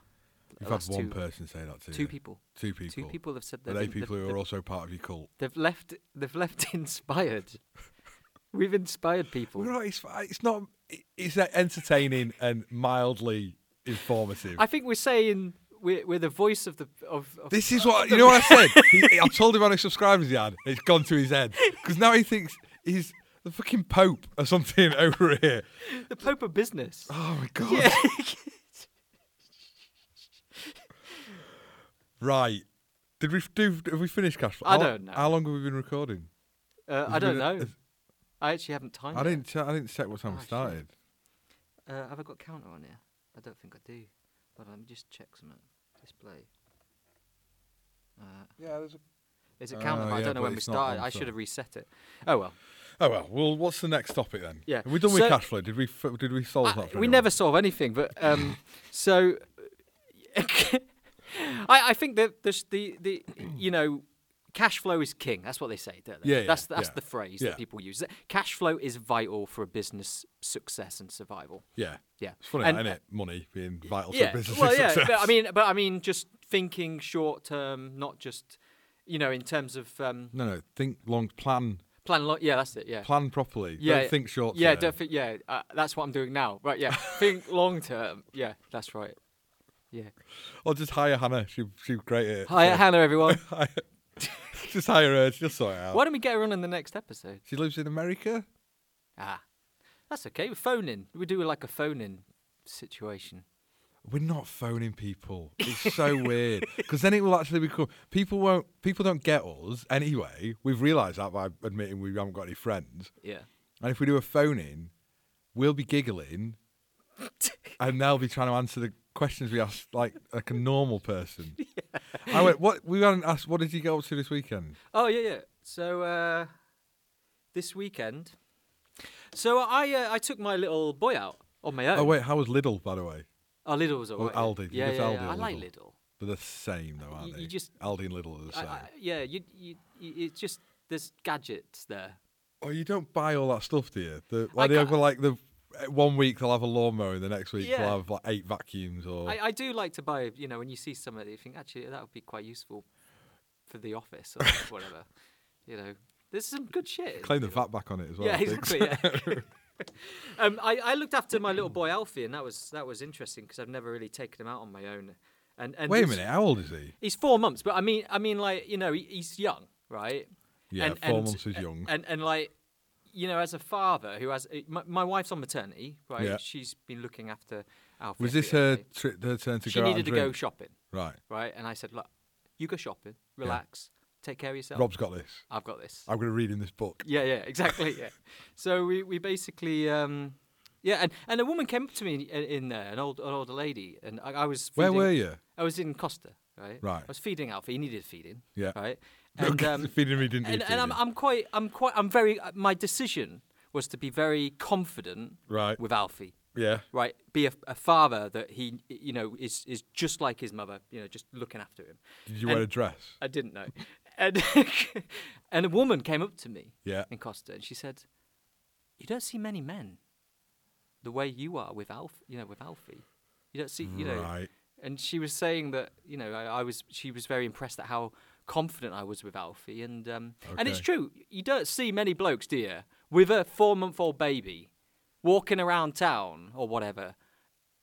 S2: you've had
S1: last
S2: one
S1: two,
S2: person say that to
S1: two
S2: you.
S1: people.
S2: Two people.
S1: Two people have said they've,
S2: Are
S1: been-
S2: they
S1: they've-
S2: people who
S1: they've-
S2: are also part of your cult?
S1: they've left they've left inspired. We've inspired people.
S2: We're not, it's, uh, it's not. it- It's entertaining and mildly informative.
S1: I think we're saying we're, we're the voice of the of, of
S2: This is what you know. What I said. He, I told him how many subscribers he had. and It's gone to his head because now he thinks he's the fucking pope or something over here.
S1: the Pope of business.
S2: Oh my god!
S1: Yeah.
S2: Right. Did we f- do? Have we finished cash? Flow?
S1: I
S2: How-
S1: don't know.
S2: How long have we been recording?
S1: Uh, I
S2: Has it
S1: don't
S2: been a-
S1: know.
S2: has-
S1: I actually haven't timed.
S2: I
S1: it.
S2: didn't. Che- I didn't check what time
S1: Oh,
S2: we
S1: shit.
S2: started.
S1: Uh, have I got a counter on here? I don't think I do. But let me just check some display. Uh,
S2: Yeah.
S1: Is it counting?
S2: Oh,
S1: I
S2: yeah,
S1: don't know
S2: but
S1: when we
S2: it's not
S1: started.
S2: on,
S1: I
S2: so-
S1: should have reset it. Oh well.
S2: Oh well. Well, what's the next topic then?
S1: Yeah.
S2: Are we done with
S1: So-
S2: cash flow? Did we? F- did we solve
S1: I-
S2: that? for
S1: we
S2: anyone?
S1: never solve anything, but um, so I, I think that the, the the you know cash flow is king. That's what they say. Don't they?
S2: Yeah, yeah,
S1: that's that's
S2: yeah.
S1: the phrase
S2: Yeah.
S1: that people use. That Cash flow is vital for a business success and survival.
S2: Yeah.
S1: Yeah,
S2: It's funny,
S1: And- uh,
S2: isn't it? Money being vital
S1: yeah.
S2: to business
S1: well, yeah.
S2: success.
S1: But I mean, but I mean, just thinking short term, not just you know in terms of um,
S2: no, no. Think long. Plan.
S1: plan. Lo- yeah, that's it. Yeah.
S2: Plan properly.
S1: Yeah,
S2: Don't think short.
S1: Yeah,
S2: term.
S1: don't think. Yeah, uh, that's what I'm doing now. Right. Yeah, think long term. Yeah, that's right. Yeah.
S2: Or just hire Hannah. She she's great at it.
S1: Hi,
S2: So
S1: Hannah, everyone.
S2: just hire her. She'll sort it out.
S1: Why don't we get her on in the next episode?
S2: She lives in America.
S1: Ah, that's okay. We're phoning. We do like a phone-in situation.
S2: We're not phoning people. It's so weird because then it will actually become people won't people don't get us anyway. We've realised that by admitting we haven't got any friends.
S1: Yeah.
S2: And if we do a phone in, we'll be giggling, and they'll be trying to answer the questions we asked like like a normal person. I went. What we haven't asked. What did you go up to this weekend?
S1: Oh yeah, yeah. So uh, this weekend, so I uh, I took my little boy out on my own.
S2: Oh wait, how was Lidl by the way?
S1: Oh, Lidl was alright. yeah.
S2: Aldi. You
S1: Yeah,
S2: go to
S1: yeah,
S2: Aldi
S1: yeah.
S2: or
S1: I like
S2: Lidl?
S1: Lidl.
S2: They're the same though, aren't
S1: You-
S2: they?
S1: you just-
S2: Aldi and Lidl are the
S1: I,
S2: same.
S1: I, yeah, you, you, you, it's just there's gadgets there.
S2: Oh, you don't buy all that stuff, do you? The,
S1: I
S2: like, they
S1: ca-
S2: have, like the eh, one week they'll have a lawnmower, and the next week
S1: Yeah.
S2: they'll have like eight vacuums. Or
S1: I, I do like to buy, you know, when you see some of it, you think actually that would be quite useful for the office or whatever. You know, there's some good shit. in
S2: claim the
S1: Lidl.
S2: VAT back on it as well.
S1: Yeah,
S2: I think.
S1: exactly. Yeah. um, I, I looked after my little boy Alfie, and that was that was interesting because I've never really taken him out on my own. And, and
S2: Wait a
S1: he's-
S2: minute, how old is he?
S1: he's four months, but I mean, I mean, like you know, he, he's young, right?
S2: Yeah,
S1: And-
S2: four
S1: and-
S2: months is young.
S1: and and like you know as a father who has my, my wife's on maternity right
S2: Yeah.
S1: she's been looking after Alfie
S2: was
S1: every
S2: this
S1: other
S2: her,
S1: day.
S2: tri- her turn to
S1: she
S2: go out
S1: needed
S2: and
S1: to go
S2: drink?
S1: shopping
S2: right,
S1: right and i said look you go shopping relax take care of yourself
S2: Rob's got this.
S1: i've got this
S2: I'm going to read in this book.
S1: yeah yeah exactly yeah so we we basically um yeah and, and a woman came up to me in, in there an old an older lady and i, I was
S2: Where
S1: feeding,
S2: were you?
S1: i was in costa right
S2: Right.
S1: i was feeding alfie he needed feeding
S2: Yeah.
S1: right
S2: And, feeding me didn't
S1: and,
S2: eat
S1: and I'm, I'm quite, I'm quite, I'm very. uh, My decision was to be very confident
S2: Right.
S1: with Alfie,
S2: Yeah.
S1: right? Be a, a father that he, you know, is is just like his mother, you know, just looking after him.
S2: Did you
S1: and-
S2: wear a dress?
S1: I didn't know, and and a woman came up to me
S2: Yeah.
S1: in Costa, and she said, "You don't see many men the way you are with Alf, you know, with Alfie. You don't see, you know."
S2: Right.
S1: And she was saying that you know I, I was she was very impressed at how confident I was with Alfie and um and it's
S2: Okay.
S1: true you don't see many blokes do you with a four month old baby walking around town or whatever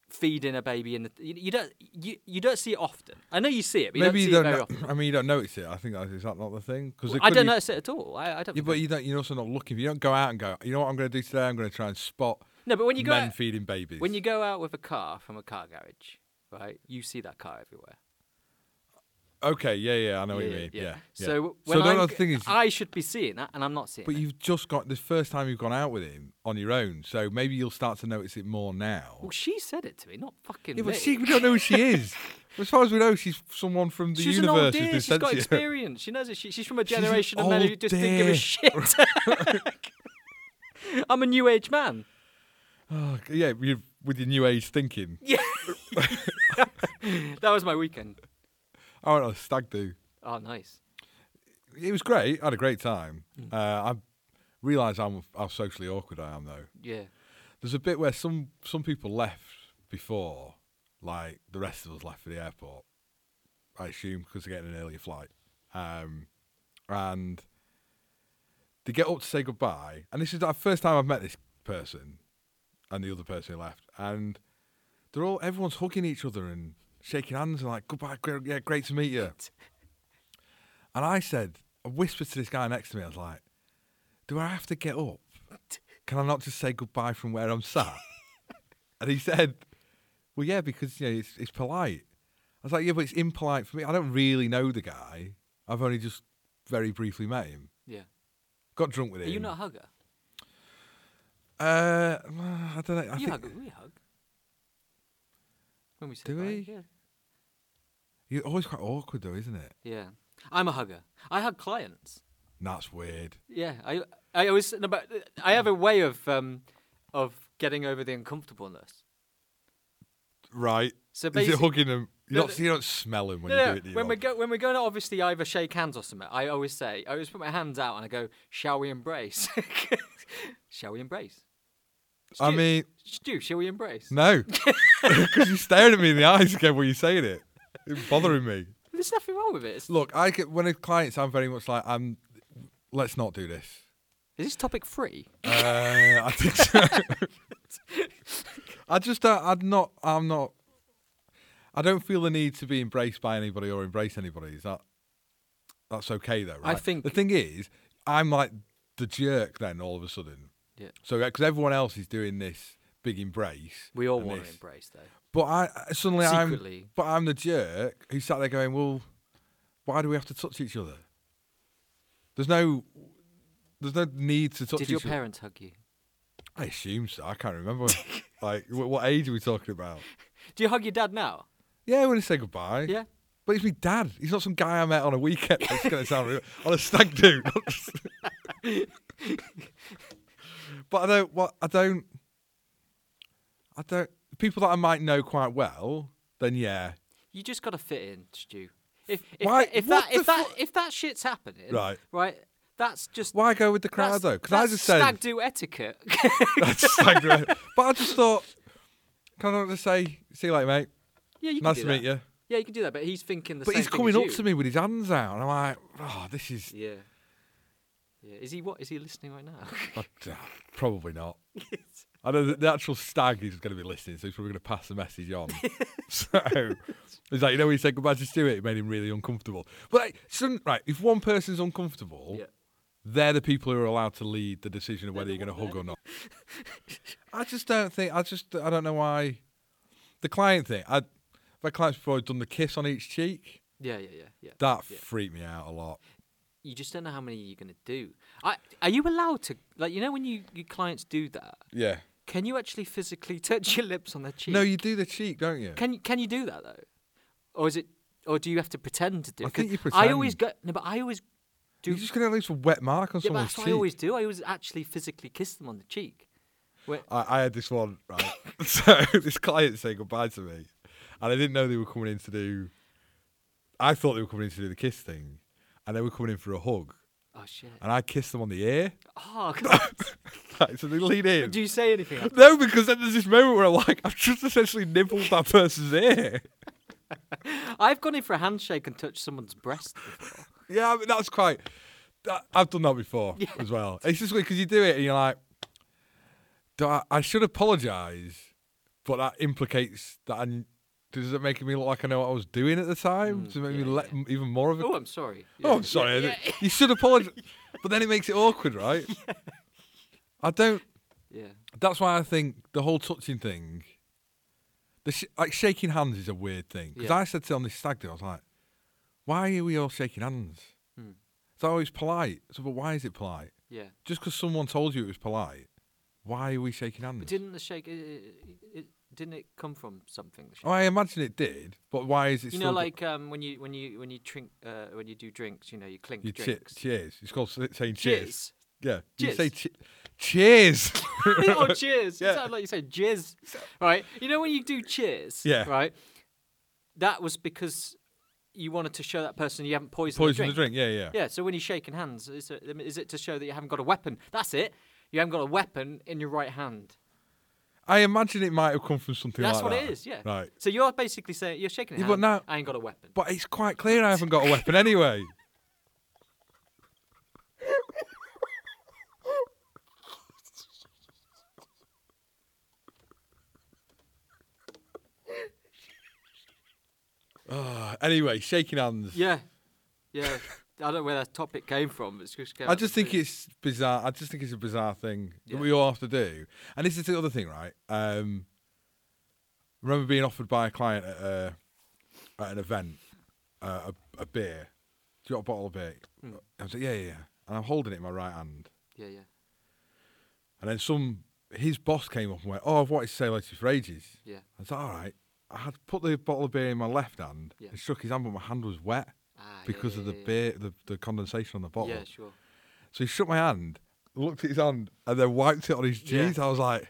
S1: feeding a baby in the you, you don't you, you don't see it often I know you see it but
S2: Maybe
S1: you
S2: you
S1: don't see
S2: don't.
S1: it very
S2: know-
S1: often
S2: I mean, you don't notice it. I think that is that not the thing? Because
S1: I don't notice it at all I, I don't
S2: Yeah,
S1: think
S2: but you don't. You're also not looking. You don't go out and go. You know what I'm going to do today? I'm going to try and spot.
S1: No, but when you go
S2: men
S1: out-
S2: feeding babies.
S1: When you go out with a car from a car garage, right, you see that car everywhere.
S2: Okay, yeah, yeah, I know what you mean. Yeah.
S1: So
S2: yeah.
S1: w- when
S2: so no, no,
S1: I'm
S2: the
S1: g-
S2: thing is,
S1: I should be seeing that, and I'm not seeing.
S2: But
S1: it.
S2: you've just got this first time you've gone out with him on your own, so maybe you'll start to notice it more now.
S1: Well, she said it to me, not fucking
S2: yeah,
S1: me.
S2: but she, we don't know who she is. as far as we know, she's someone from the
S1: She's an old
S2: universe. who's
S1: dear.
S2: been
S1: She's
S2: sent
S1: got
S2: to you.
S1: experience. She knows it. She, she's from a
S2: an
S1: generation of men who
S2: old
S1: just didn't give
S2: dear.
S1: a shit. I'm a new age man.
S2: Oh, g- yeah, you with your new age thinking.
S1: Yeah. that was my weekend.
S2: I went on a stag do.
S1: Oh, nice.
S2: It was great. I had a great time.
S1: Hmm.
S2: Uh, I realise how, how socially awkward I am, though.
S1: Yeah.
S2: There's a bit where some, some people left before, like the rest of us left for the airport. I assume because they're getting an earlier flight. Um, and they get up to say goodbye. And this is the first time I've met this person and the other person who left. And they're all, everyone's hugging each other and shaking hands and like, goodbye, great, yeah, great to meet you. And I said, I whispered to this guy next to me, I was like, do I have to get up? Can I not just say goodbye from where I'm sat? and he said, well, yeah, because you know, it's, it's polite. I was like, yeah, but it's impolite for me. I don't really know the guy. I've only just very briefly met him.
S1: Yeah.
S2: Got drunk with
S1: Are
S2: him.
S1: you not a hugger?
S2: Uh, I don't know. I
S1: you
S2: think-
S1: hug. We hug. When we say
S2: Do
S1: bye,
S2: we?
S1: Yeah.
S2: You're always quite awkward, though, isn't it?
S1: Yeah. I'm a hugger. I hug clients.
S2: That's weird.
S1: Yeah, I I always no, but I have a way of um of getting over the uncomfortableness.
S2: Right.
S1: So
S2: Is
S1: basically,
S2: it hugging him? You
S1: No,
S2: don't,
S1: no.
S2: so you don't smell him when
S1: no,
S2: you
S1: no,
S2: do it. do you,
S1: when we
S2: Rob?
S1: go when we're going to obviously either shake hands or something, I always say I always put my hands out and I go, "Shall we embrace? shall we embrace?
S2: I
S1: Stu-
S2: mean,
S1: Stu, shall we embrace?
S2: no. Because you're staring at me in the eyes again when you're saying it. It's bothering me.
S1: There's nothing wrong with it. It's-
S2: Look, I get, when it's clients, I'm very much like, I'm, let's not do this.
S1: Is this topic free?
S2: Uh, I think so. I just don't, I'd not, I'm not, I don't feel the need to be embraced by anybody or embrace anybody. Is that, that's okay though,
S1: I
S2: right?
S1: think-
S2: The thing is, I'm like the jerk then all of a sudden.
S1: Yeah.
S2: So, because everyone else is doing this big embrace.
S1: We all
S2: and
S1: want to
S2: this.
S1: embrace though.
S2: But I I- suddenly
S1: Secretly.
S2: I'm but I'm the jerk who sat there going, "Well, why do we have to touch each other? There's no there's no need to touch
S1: Did
S2: each
S1: your
S2: other."
S1: parents hug you?
S2: I assume so. I can't remember. like wh- what age are we talking about?
S1: Do you hug your dad now?
S2: Yeah, when he said goodbye.
S1: Yeah.
S2: But he's my dad. He's not some guy I met on a weekend. It's going to sound real. On a stag do. but I don't. What I don't. I don't. People that I might know quite well. Then yeah,
S1: You just got to fit in, Stu. If if
S2: Why-
S1: that if
S2: what
S1: that
S2: the
S1: if, that if that shit's happening,
S2: Right.
S1: right, that's just
S2: Why go with the crowd
S1: that's,
S2: though? Because I
S1: that's
S2: just
S1: stag
S2: said
S1: do etiquette.
S2: that's stag do. But I just thought, can I just say, see you later, mate.
S1: yeah, you can
S2: nice
S1: do
S2: to
S1: that.
S2: meet you.
S1: Yeah, you can do that, but he's thinking the
S2: But
S1: same
S2: he's
S1: thing
S2: coming
S1: as
S2: up
S1: you.
S2: to me with his hands out, and I'm like, oh, this is
S1: Yeah. Yeah. Is he what? Is he listening right now?
S2: probably not. I know that the actual stag is going to be listening, so he's probably going to pass the message on. so he's like, you know, when he said goodbye to Stuart, it made him really uncomfortable. But like, shouldn't right? If one person's uncomfortable,
S1: yeah.
S2: they're the people who are allowed to lead the decision of whether you're going to hug or not. I just don't think. I just I don't know why the client thing. I my clients before had done the kiss on each cheek.
S1: Yeah. Yeah. Yeah. Yeah.
S2: That
S1: Yeah.
S2: freaked me out a lot.
S1: You just don't know how many you're gonna do. I, are you allowed to like you know when you your clients do that?
S2: Yeah.
S1: Can you actually physically touch your lips on their cheek?
S2: No, you do the cheek, don't you?
S1: Can you can you do that though, or is it, or do you have to pretend to do?
S2: I
S1: it? 'Cause
S2: think you
S1: I always go no, but I always do.
S2: You're just going to leave a wet mark on
S1: yeah, but
S2: someone's
S1: that's
S2: cheek.
S1: what I always do. I always actually physically kiss them on the cheek. Where,
S2: I, I had this one, right? so this client saying goodbye to me, and I didn't know they were coming in to do. I thought they were coming in to do the kiss thing, and they were coming in for a hug,
S1: oh shit!
S2: and I kissed them on the ear.
S1: Oh, God.
S2: Right, so they lean in.
S1: do you say anything? after-
S2: No, because then there's this moment where I'm like, I've just essentially nibbled that person's ear.
S1: I've gone in for a handshake and touched someone's breast. Before.
S2: Yeah, I mean, that's quite. that- I've done that before as well. It's just because you do it and you're like, do I, I should apologise, but that implicates that I'm. Does it make me look like I know what I was doing at the time? Does it make me
S1: Mm, yeah,
S2: let, m even more of a.
S1: oh, I'm sorry.
S2: oh, I'm sorry. I
S1: Yeah,
S2: didn't- You should apologise. but then it makes it awkward, right? I don't.
S1: yeah.
S2: That's why I think the whole touching thing, the sh- like shaking hands is a weird thing. Because
S1: Yeah.
S2: I said to on this stag do, I was like, Why are we all shaking hands?
S1: Hmm.
S2: It's always polite. So, but why is it polite?
S1: Yeah.
S2: Just because someone told you it was polite, why are we shaking hands?
S1: But didn't the shake? It, it, it, didn't it come from something? The shake?
S2: oh, I imagine it did, but why is it?
S1: you know,
S2: still go-
S1: like um, when you when you when you drink uh, when you do drinks, you know, you clink
S2: you che-
S1: drinks.
S2: cheers. It's called s- saying cheers.
S1: Jizz.
S2: Yeah, you
S1: Cheers.
S2: say che- cheers.
S1: oh, cheers.
S2: Yeah.
S1: You sound like you say jizz. Right. You know when you do cheers?
S2: Yeah.
S1: Right? That was because you wanted to show that person you haven't poisoned,
S2: Poison
S1: the,
S2: the
S1: drink.
S2: drink. Yeah, yeah.
S1: Yeah, so when you're shaking hands, is it, is it to show that you haven't got a weapon? That's it. You haven't got a weapon in your right hand.
S2: I imagine it might have come from something
S1: That's
S2: like
S1: what
S2: that.
S1: it is, yeah.
S2: Right.
S1: So you're basically saying, you're shaking
S2: Yeah,
S1: hands,
S2: but now-
S1: I ain't got a weapon.
S2: But it's quite clear I haven't got a weapon anyway. Ah, anyway, shaking hands.
S1: yeah. Yeah. I don't know where that topic came from. It's just came
S2: I
S1: out
S2: just
S1: of the
S2: think
S1: blue.
S2: it's bizarre. I just think it's a bizarre thing
S1: Yeah.
S2: that we all have to do. And this is the other thing, right? Um, remember being offered by a client at, a, at an event uh, a, a beer. Do you want a bottle of beer?
S1: Hmm.
S2: I was like, yeah, yeah, yeah. And I'm holding it in my right hand.
S1: Yeah, yeah.
S2: And then some, his boss came up and went, oh, I've wanted to say hello to you for ages.
S1: Yeah.
S2: I was like, all right. I had put the bottle of beer in my left hand
S1: Yeah.
S2: and shook his hand, but my hand was wet
S1: Ah, yeah,
S2: because
S1: yeah,
S2: of the
S1: yeah, yeah.
S2: beer, the, the condensation on the bottle.
S1: Yeah, sure.
S2: So he shook my hand, looked at his hand, and then wiped it on his
S1: Yeah.
S2: jeans. I was like,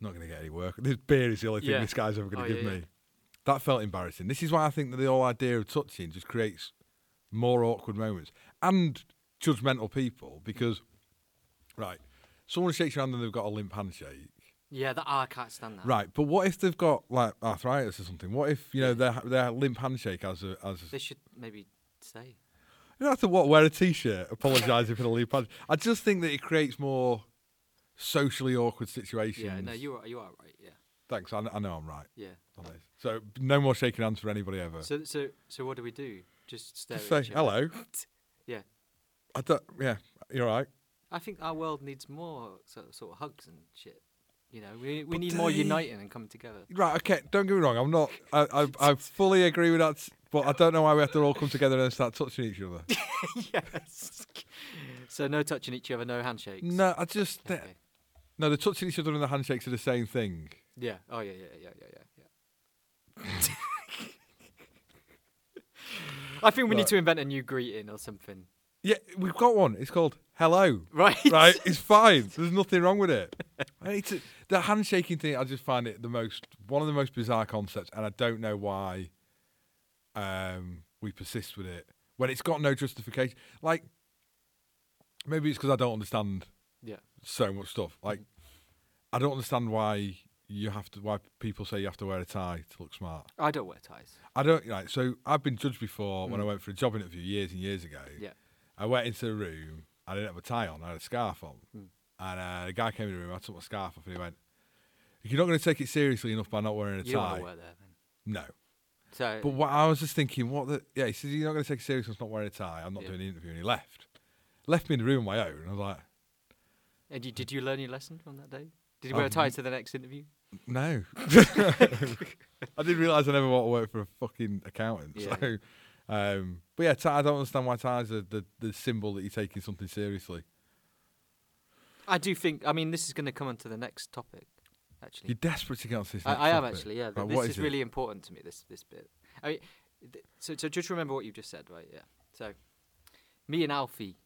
S2: not going to get any work. This beer is the only thing
S1: Yeah.
S2: this guy's ever going
S1: Oh,
S2: to
S1: yeah,
S2: give
S1: yeah.
S2: me. That felt embarrassing. This is why I think that the whole idea of touching just creates more awkward moments and judgmental people because, right, someone shakes your hand and they've got a limp handshake.
S1: Yeah, that, ah, I can't stand that.
S2: Right, but what if they've got like arthritis or something? What if you know their their limp handshake as a as
S1: They should maybe say.
S2: You don't have to what wear a t-shirt apologising for the lead punch. I just think that it creates more socially awkward situations.
S1: Yeah, no, you are you are right. Yeah,
S2: Thanks. I, I know I'm right
S1: yeah.
S2: on this. So no more shaking hands for anybody ever.
S1: So so so what do we do? Just stare
S2: just
S1: at
S2: say
S1: each other?
S2: hello.
S1: Yeah,
S2: I don't, yeah, you're right.
S1: I think our world needs more sort of, sort of hugs and shit. You know, we we
S2: But
S1: need more
S2: they-
S1: uniting and coming together.
S2: Right. Okay. Don't get me wrong. I'm not. I I, I fully agree with that. But I don't know why we have to all come together and start touching each other.
S1: yes. So no touching each other, no handshakes.
S2: no, I just
S1: Okay.
S2: no. The touching each other and the handshakes are the same thing.
S1: Yeah. Oh yeah yeah yeah yeah yeah yeah. I think we
S2: Right.
S1: need to invent a new greeting or something.
S2: Yeah, we've got one. It's called hello.
S1: Right.
S2: right? It's fine. There's nothing wrong with it. I need to, the handshaking thing, I just find it the most one of the most bizarre concepts, and I don't know why um, we persist with it when it's got no justification. Like maybe it's because I don't understand
S1: Yeah.
S2: so much stuff. Like I don't understand why you have to why people say you have to wear a tie to look smart.
S1: I don't wear ties.
S2: I don't like so I've been judged before when I went for a job interview years and years ago.
S1: Yeah.
S2: I went into the room. I didn't have a tie on. I had a scarf on.
S1: Hmm.
S2: And uh, the guy came in the room. I took my scarf off, and he went, "You're not going to take it seriously enough by not wearing a
S1: You don't want
S2: tie."
S1: to wear there, man.
S2: No.
S1: So
S2: But what I was just thinking, what the? Yeah, he says you're not going to take it seriously enough not wearing a tie. I'm not
S1: Yeah.
S2: doing the interview, and he left. Left me in the room on my own. I was like,
S1: And you, did you learn your lesson from that day? Did you
S2: I've
S1: wear a tie
S2: n-
S1: to the next interview?
S2: no. I didn't realise I never want to work for a fucking accountant.
S1: Yeah.
S2: So, um, but yeah, tie, I don't understand why ties are the, the symbol that you're taking something seriously.
S1: I do think. I mean, this is going to come onto the next topic.
S2: You're
S1: Actually,
S2: desperate to get onto this. next
S1: I, I am
S2: topic.
S1: actually. Yeah, th-
S2: Right, what
S1: this is,
S2: it?
S1: really important to me. This this bit. I mean, th- so so just remember what you just said, right? Yeah. So, me and Alfie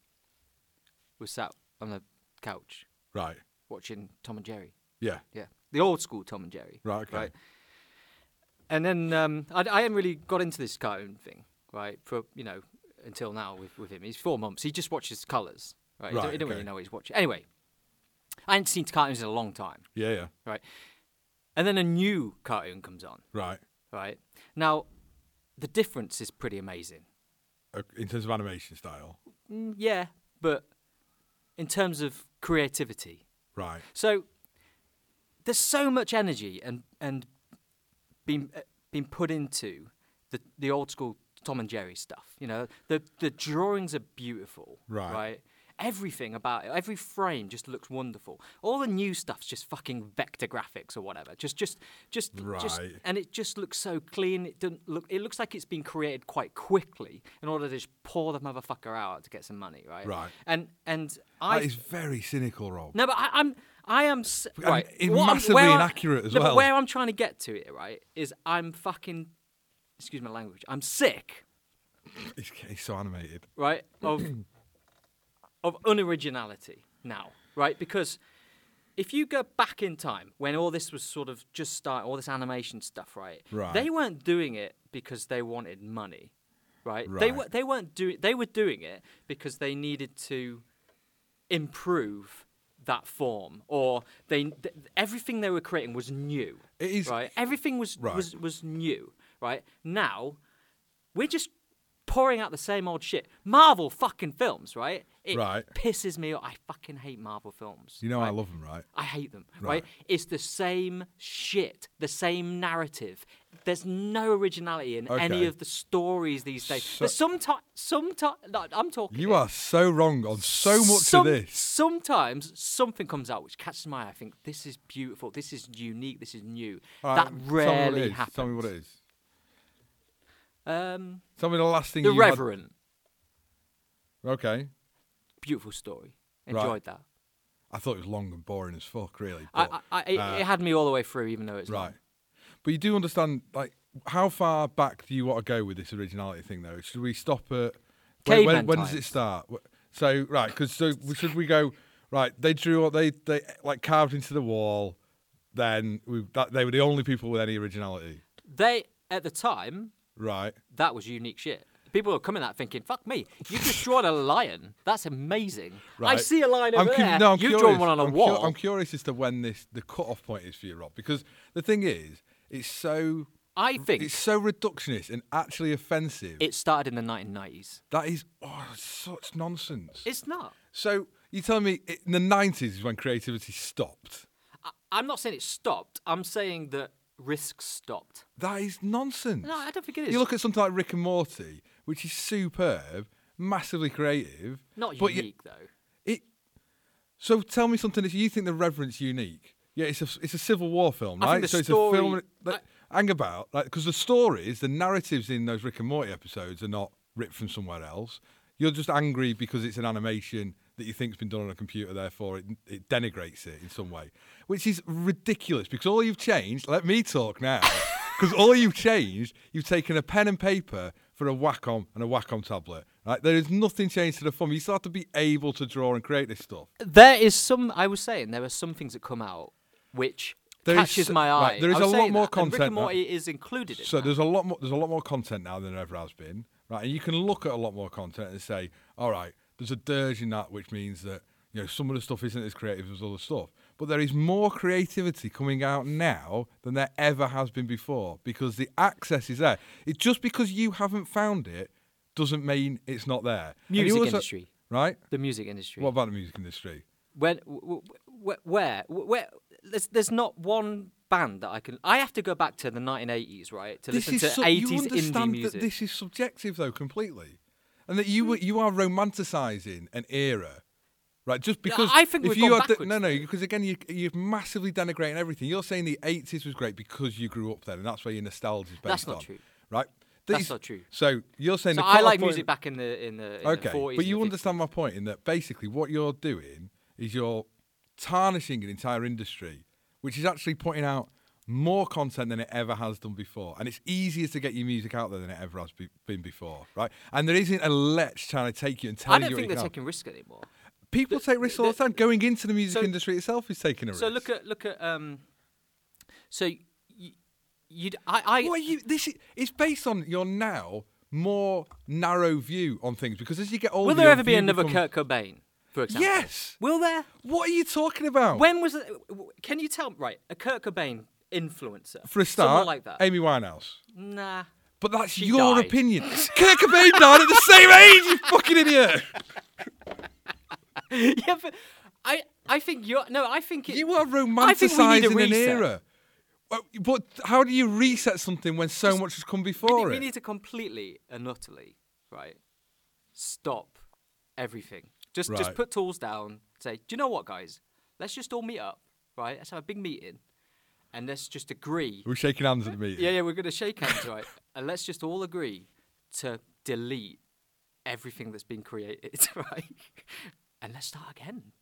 S1: were sat on the couch
S2: right.
S1: watching Tom and Jerry.
S2: Yeah.
S1: Yeah, the old school Tom and Jerry.
S2: Right. Okay.
S1: Right. And then um, I, I hadn't really got into this cartoon thing, right? For you know, until now with, with him, he's four months. He just watches colours, right? he don't, he
S2: Right,
S1: don't
S2: okay.
S1: really know what he's watching. Anyway, I hadn't seen cartoons in a long time,
S2: Yeah, yeah.
S1: right? And then a new cartoon comes on,
S2: Right.
S1: right? Now, the difference is pretty amazing.
S2: Uh, In terms of animation style.
S1: Mm, yeah, but in terms of creativity,
S2: Right.
S1: So there's so much energy and and being uh, being put into the the old school Tom and Jerry stuff. You know, the the drawings are beautiful,
S2: Right.
S1: Right, Everything about it, every frame just looks wonderful. All the new stuff's just fucking vector graphics or whatever. Just, just, just, just
S2: Right.
S1: and it just looks so clean. It doesn't look. It looks like it's been created quite quickly in order to just pour the motherfucker out to get some money, right?
S2: Right.
S1: And and I
S2: That is very cynical, Rob.
S1: no, but I, I'm I am s-
S2: And
S1: right.
S2: it's
S1: what I'm-
S2: massively
S1: where I'm-
S2: inaccurate as
S1: no,
S2: well.
S1: But where I'm trying to get to it, right, is I'm fucking excuse my language. I'm sick,
S2: He's, he's so animated.
S1: right, of of unoriginality now, right? Because if you go back in time when all this was sort of just start all this animation stuff, right?
S2: Right.
S1: They weren't doing it because they wanted money, right? They
S2: Right.
S1: were they weren't doing they were doing it because they needed to improve that form or they th- everything they were creating was new.
S2: It is-
S1: right. Everything was
S2: Right.
S1: was was new, right? Now we're just pouring out the same old shit. Marvel fucking films, right? It
S2: Right.
S1: pisses me off. I fucking hate Marvel films.
S2: You know I
S1: right?
S2: love him, right?
S1: I hate them,
S2: Right.
S1: right. It's the same shit, the same narrative. There's no originality in
S2: Okay.
S1: any of the stories these days.
S2: So-
S1: But sometimes, sometimes, I'm talking.
S2: You
S1: here,
S2: are so wrong on so much
S1: some-
S2: of this.
S1: Sometimes something comes out which catches my eye. I think this is beautiful. This is unique. This is new.
S2: All right,
S1: that
S2: tell me what it
S1: rarely
S2: is,
S1: happens.
S2: Tell me what it is.
S1: Um,
S2: Tell me the last thing
S1: the
S2: you had-
S1: Reverend.
S2: Okay.
S1: Beautiful story.
S2: Right.
S1: Enjoyed that.
S2: I thought it was long and boring as fuck, really. But,
S1: I, I, I, it,
S2: uh,
S1: it had me all the way through, even though it's
S2: Right. But you do understand, like, how far back do you want to go with this originality thing, though? Should we stop at. When, when,
S1: Caveman
S2: when does it
S1: times.
S2: start? Wh- So, right, because so we- should we go, right, they drew what they, they, like, carved into the wall, then we, that, they were the only people with any originality.
S1: They at the time
S2: Right.
S1: that was unique shit. People were coming out thinking, "Fuck me, you just drawn a lion. That's amazing. I
S2: Right.
S1: see a lion
S2: I'm
S1: over
S2: cu-
S1: there.
S2: no, I'm
S1: you
S2: curious.
S1: drawn one on a
S2: I'm cu-
S1: wall.
S2: I'm curious as to when this the cut-off point is for you, Rob, because the thing is, it's so
S1: I think
S2: it's so reductionist and actually offensive.
S1: it started in the 1990s.
S2: that is oh, such nonsense.
S1: It's not.
S2: so you telling me it, in the nineties is when creativity stopped?
S1: I, I'm not saying it stopped. I'm saying that risk stopped.
S2: That is nonsense.
S1: No, I don't think it is.
S2: You look at something like Rick and Morty, which is superb, massively creative,
S1: not
S2: but you-
S1: unique though.
S2: It. So tell me something. If you think the Reverend's unique, yeah, it's a it's a Civil War film,
S1: I
S2: right?
S1: think the
S2: so it's
S1: story-
S2: a film. Like, hang about, like because the stories, the narratives in those Rick and Morty episodes are not ripped from somewhere else. You're just angry because it's an animation that you think's been done on a computer, therefore it, it denigrates it in some way, which is ridiculous. Because all you've changed, let me talk now, because all you've changed, you've taken a pen and paper for a Wacom and a Wacom tablet. Right? There is nothing changed to the form. You still have to be able to draw and create this stuff.
S1: There is some. I was saying there are some things that come out which
S2: There is
S1: catches
S2: so-
S1: my eye.
S2: right, there is
S1: I was
S2: a lot
S1: saying
S2: more
S1: that, and Rick
S2: content
S1: and
S2: now.
S1: Morty is included in
S2: So
S1: that.
S2: there's a lot more. There's a lot more content now than there ever has been, right? And you can look at a lot more content and say, all right, there's a dirge in that, which means that you know some of the stuff isn't as creative as other stuff. But there is more creativity coming out now than there ever has been before because the access is there. It's just because you haven't found it doesn't mean it's not there. And you
S1: Music industry.
S2: right?
S1: the music industry.
S2: What about the music industry?
S1: when wh- wh- wh- where wh- where there's there's not one band that I can I have to go back to the 1980s right to listen to
S2: so-
S1: 80s
S2: you
S1: indie
S2: understand
S1: music.
S2: That this is subjective though completely, and that you you are romanticising an era, right? Just because
S1: I think
S2: if
S1: we've
S2: you
S1: gone
S2: had the-
S1: backwards
S2: no no because again you you're massively denigrating everything. You're saying the eighties was great because you grew up then, and that's where your nostalgia is based
S1: That's not
S2: on,
S1: true.
S2: right?
S1: That's
S2: These-
S1: not true.
S2: So you're saying
S1: so
S2: the
S1: I
S2: cut-off
S1: like
S2: point-
S1: music back in the in the, in
S2: Okay,
S1: the 40s.
S2: but you
S1: and
S2: understand my point in that basically what you're doing is you're tarnishing an entire industry, which is actually putting out more content than it ever has done before, and it's easier to get your music out there than it ever has be- been before, right? And there isn't a lech trying to take you and
S1: 50s.
S2: tell
S1: I don't
S2: you
S1: think
S2: what you
S1: they're
S2: can.
S1: taking risk anymore.
S2: People take risks all the time. Going into the music
S1: So-
S2: industry itself is taking a risk.
S1: So look at look at um so you you I I
S2: Well, you, this is, it's based on your now more narrow view on things because as you get older,
S1: will there
S2: your
S1: ever be
S2: view
S1: another
S2: becomes-
S1: Kurt Cobain for example?
S2: Yes. Oh.
S1: Will there?
S2: What are you talking about?
S1: When was it? w- Can you tell right a Kurt Cobain influencer
S2: For a
S1: someone
S2: start,
S1: like that?
S2: Amy Winehouse.
S1: nah.
S2: But that's
S1: She
S2: your
S1: died.
S2: opinion. Kurt Cobain died at the same age, you fucking idiot.
S1: yeah, but I I think you're no, I think it,
S2: You
S1: I
S2: are
S1: think we need a
S2: romanticising an
S1: reset.
S2: era. Well, But how do you reset something when so much has come
S1: We need,
S2: before
S1: we
S2: it?
S1: need to completely and utterly right stop everything. Just just
S2: Right.
S1: put tools down. Say, do you know what, guys? Let's just all meet up, right? Let's have a big meeting, and let's just agree.
S2: We're shaking hands at the meeting.
S1: Yeah, yeah, we're gonna shake hands, right? And let's just all agree to delete everything that's been created, right? And let's start again.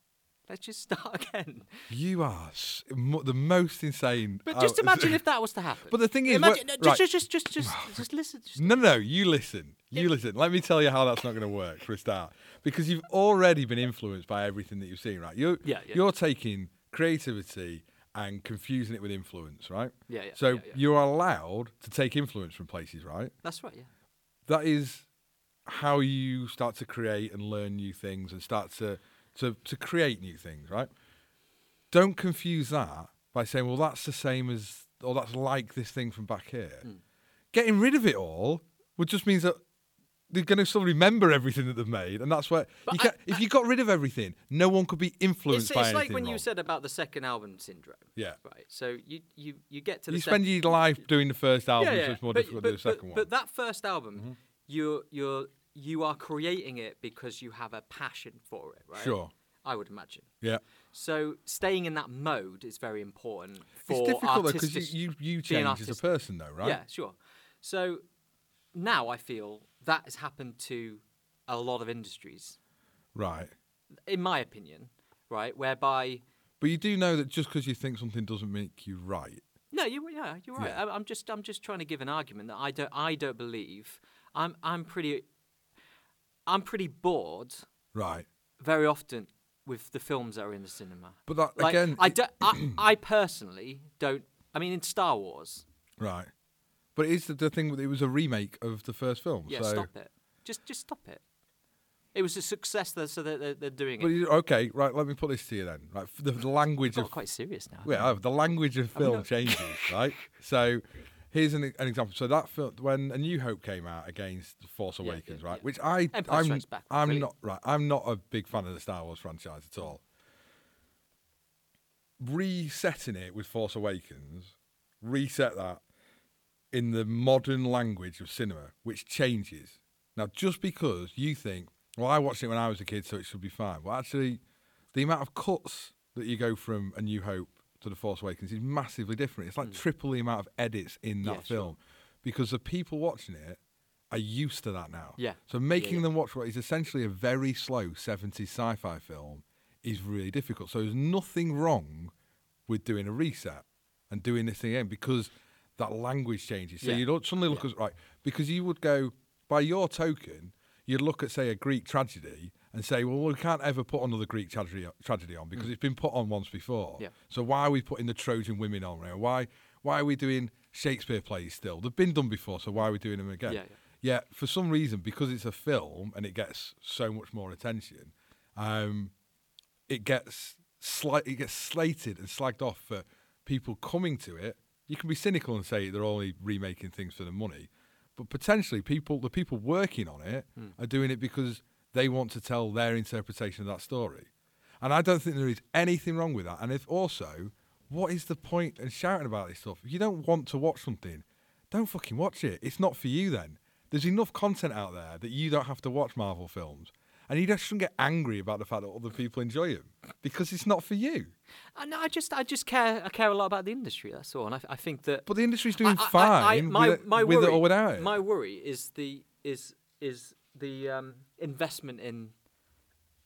S1: Let's just start again.
S2: You are s- mo- the most insane.
S1: But
S2: out-
S1: just imagine if that was to happen.
S2: Oh, But the thing is,
S1: imagine,
S2: we're-
S1: no,
S2: right.
S1: just, just, just, just, just, just listen. Just,
S2: No, no, no. You listen. You listen. Let me tell you how that's not going to work for a start, because you've already been influenced by everything that you've seen, right? You,
S1: Yeah, yeah.
S2: you're taking creativity and confusing it with influence, right?
S1: Yeah, yeah,
S2: So
S1: yeah, yeah.
S2: you're allowed to take influence from places, right?
S1: that's right. Yeah.
S2: That is how you start to create and learn new things and start to to to create new things, right? Don't confuse that by saying, "Well, that's the same as," or "That's like this thing from back here."
S1: Hmm.
S2: Getting rid of it all would just means that they're going to still remember everything that they've made, and that's where you
S1: I-
S2: can't, if you got rid of everything, no one could be influenced
S1: It's,
S2: by
S1: it's like
S2: anything
S1: when
S2: wrong.
S1: you said about the second album syndrome.
S2: Yeah.
S1: Right. So you you you get to the
S2: you spend
S1: sec-
S2: your life doing the first
S1: yeah,
S2: album,
S1: yeah.
S2: so it's more
S1: but,
S2: difficult
S1: but,
S2: to do the second
S1: but,
S2: one.
S1: But
S2: Mm-hmm.
S1: that first album, you're you're you are creating it because you have a passion for it, right?
S2: Sure.
S1: I would imagine.
S2: yeah.
S1: So staying in that mode is very important for
S2: It's difficult though because
S1: artistic-
S2: you, you, you
S1: being
S2: change as a
S1: artistic.
S2: person though, right?
S1: Yeah, sure. So now I feel that has happened to a lot of industries,
S2: Right.
S1: in my opinion, right? Whereby
S2: But you do know that just because you think something doesn't make you right.
S1: No, you yeah, you're right.
S2: Yeah.
S1: I, I'm just I'm just trying to give an argument that I don't I don't believe. I'm I'm pretty I'm pretty bored
S2: Right.
S1: very often with the films that are in the cinema.
S2: But that
S1: Like,
S2: again
S1: I,
S2: it-
S1: don't, I I personally don't. I mean, in Star Wars,
S2: right. But it is the, the thing that it was a remake of the first film.
S1: yeah,
S2: so
S1: stop it. Just just stop it. It was a success, though, so they're, they're, they're doing
S2: But
S1: it.
S2: you, okay, right, let me put this to you then. Right. f- The, the language
S1: It's got
S2: of
S1: quite serious now.
S2: well, the language of film
S1: not-
S2: changes, right? So here's an, an example. So that film when A New Hope came out against Force
S1: yeah,
S2: Awakens, right?
S1: yeah.
S2: Which I
S1: Empire
S2: I'm
S1: Strikes Back,
S2: I'm
S1: brilliant.
S2: not right. I'm not a big fan of the Star Wars franchise at all. Resetting it with Force Awakens, reset that in the modern language of cinema, which changes. Now, just because you think, well, I watched it when I was a kid, so it should be fine. Well, actually, the amount of cuts that you go from A New Hope to The Force Awakens is massively different. It's like triple the amount of edits in that
S1: Hmm. Yeah, sure.
S2: film because the people watching it are used to that now.
S1: Yeah.
S2: So
S1: Yeah,
S2: making
S1: yeah.
S2: them watch what is essentially a very slow 70s sci fi film is really difficult. So there's nothing wrong with doing a reset and doing this thing again because that language changes. So
S1: Yeah.
S2: you don't suddenly look at, right, because you would go, by your token, you'd look at, say, a Greek tragedy and say, well, we can't ever put another Greek tragedy, tragedy on because it's been put on once before.
S1: Mm. Yeah.
S2: So why are we putting the Trojan women on now? Why, why are we doing Shakespeare plays still? They've been done before, so why are we doing them again?
S1: Yeah, yeah.
S2: Yeah, for some reason, because it's a film and it gets so much more attention, um, it gets slight, it gets slated and slagged off for people coming to it. You can be cynical and say they're only remaking things for the money, but potentially people, the people working on it, are doing it because they want to tell their interpretation of that story. And I don't think there is anything wrong with that. And if also, what is the point in shouting about this stuff? If you don't want to watch something, don't fucking watch it. It's not for you then. There's enough content out there that you don't have to watch Marvel films. And you just shouldn't get angry about the fact that other people enjoy them because it's not for you.
S1: I, no, I just I just care I care a lot about the industry. That's all, and I, I think that.
S2: But the industry's doing
S1: I- I-
S2: fine
S1: I- my-
S2: with, it,
S1: my
S2: with it
S1: worry-
S2: or without it.
S1: My worry is the is is the um, investment in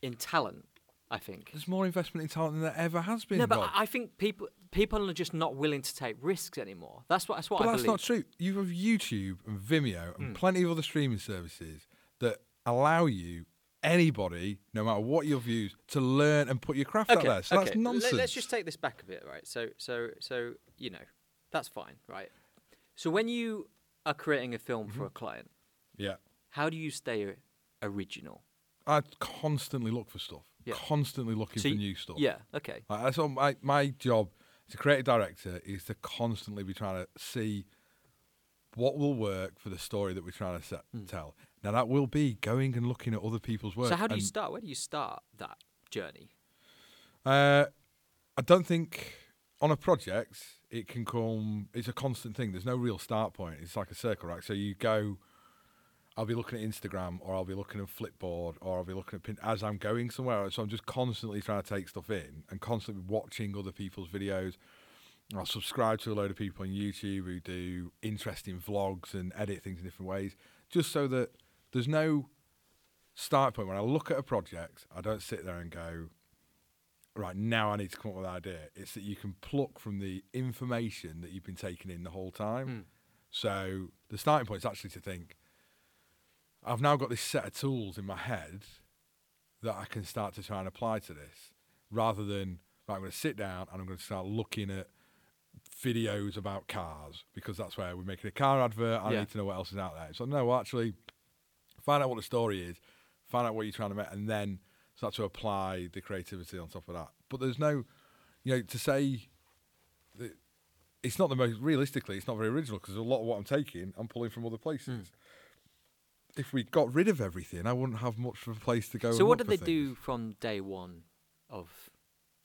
S1: in talent. I think.
S2: There's more investment in talent than there ever has been.
S1: No, but
S2: Rob.
S1: I- I think people people are just not willing to take risks anymore. That's what that's what
S2: But
S1: I
S2: that's
S1: believe. Hmm.
S2: not true. You have YouTube and Vimeo and plenty of other streaming services that allow you, anybody, no matter what your views, to learn and put your craft out there. So that's
S1: Let-
S2: nonsense.
S1: Let's just take this back a bit, right? So, so, so you know, that's fine, right? So, when you are creating a film
S2: Mm-hmm.
S1: for a client,
S2: yeah.
S1: how do you stay original?
S2: I constantly look for stuff.
S1: Yeah.
S2: Constantly looking
S1: So
S2: for
S1: you-
S2: new stuff.
S1: Yeah. Okay.
S2: Like, that's all my, my job as a creative director is to constantly be trying to see what will work for the story that we're trying to set, tell. Now that will be going and looking at other people's work.
S1: Hmm. So, how do you
S2: and
S1: start? Where do you start that journey?
S2: Uh, I don't think on a project it can come. It's a constant thing. There's no real start point. It's like a circle, right? So you go. I'll be looking at Instagram or I'll be looking at Flipboard or I'll be looking at Pin as I'm going somewhere. So I'm just constantly trying to take stuff in and constantly watching other people's videos. And I'll subscribe to a load of people on YouTube who do interesting vlogs and edit things in different ways, just so that there's no start point. When I look at a project, I don't sit there and go, right now I need to come up with an idea. It's that you can pluck from the information that you've been taking in the whole time. So the starting point is actually to think, I've now got this set of tools in my head that I can start to try and apply to this, rather than right, I'm going to sit down and I'm going to start looking at videos about cars because that's where we're making a car advert. I
S1: Yeah.
S2: need to know what else is out there. So no, actually, find out what the story is, find out what you're trying to make, and then start to apply the creativity on top of that. But there's no, you know, to say that it's not the most realistically, it's not very original because a lot of what I'm taking, I'm pulling from other places. If we got rid of everything, I wouldn't have much of a place to go.
S1: Hmm. So
S2: and
S1: what
S2: look
S1: did they
S2: for things.
S1: do from day one of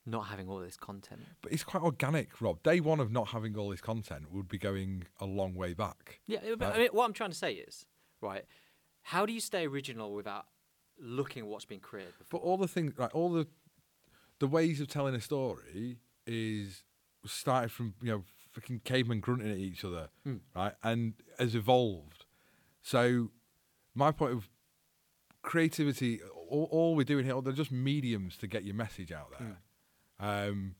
S1: not having all this content?
S2: But it's quite organic, Rob. Day one of not having all this content would be going a long way back.
S1: Yeah, but
S2: Right.
S1: I mean, what I'm trying to say is, right? How do you stay original without looking at what's been created
S2: But
S1: before?
S2: all the things, like all the the ways of telling a story, is started from you know fucking cavemen grunting at each other,
S1: Hmm.
S2: right, and has evolved. So my point of creativity, all, all we're doing here, they're just mediums to get your message out there.
S1: Hmm.
S2: Um,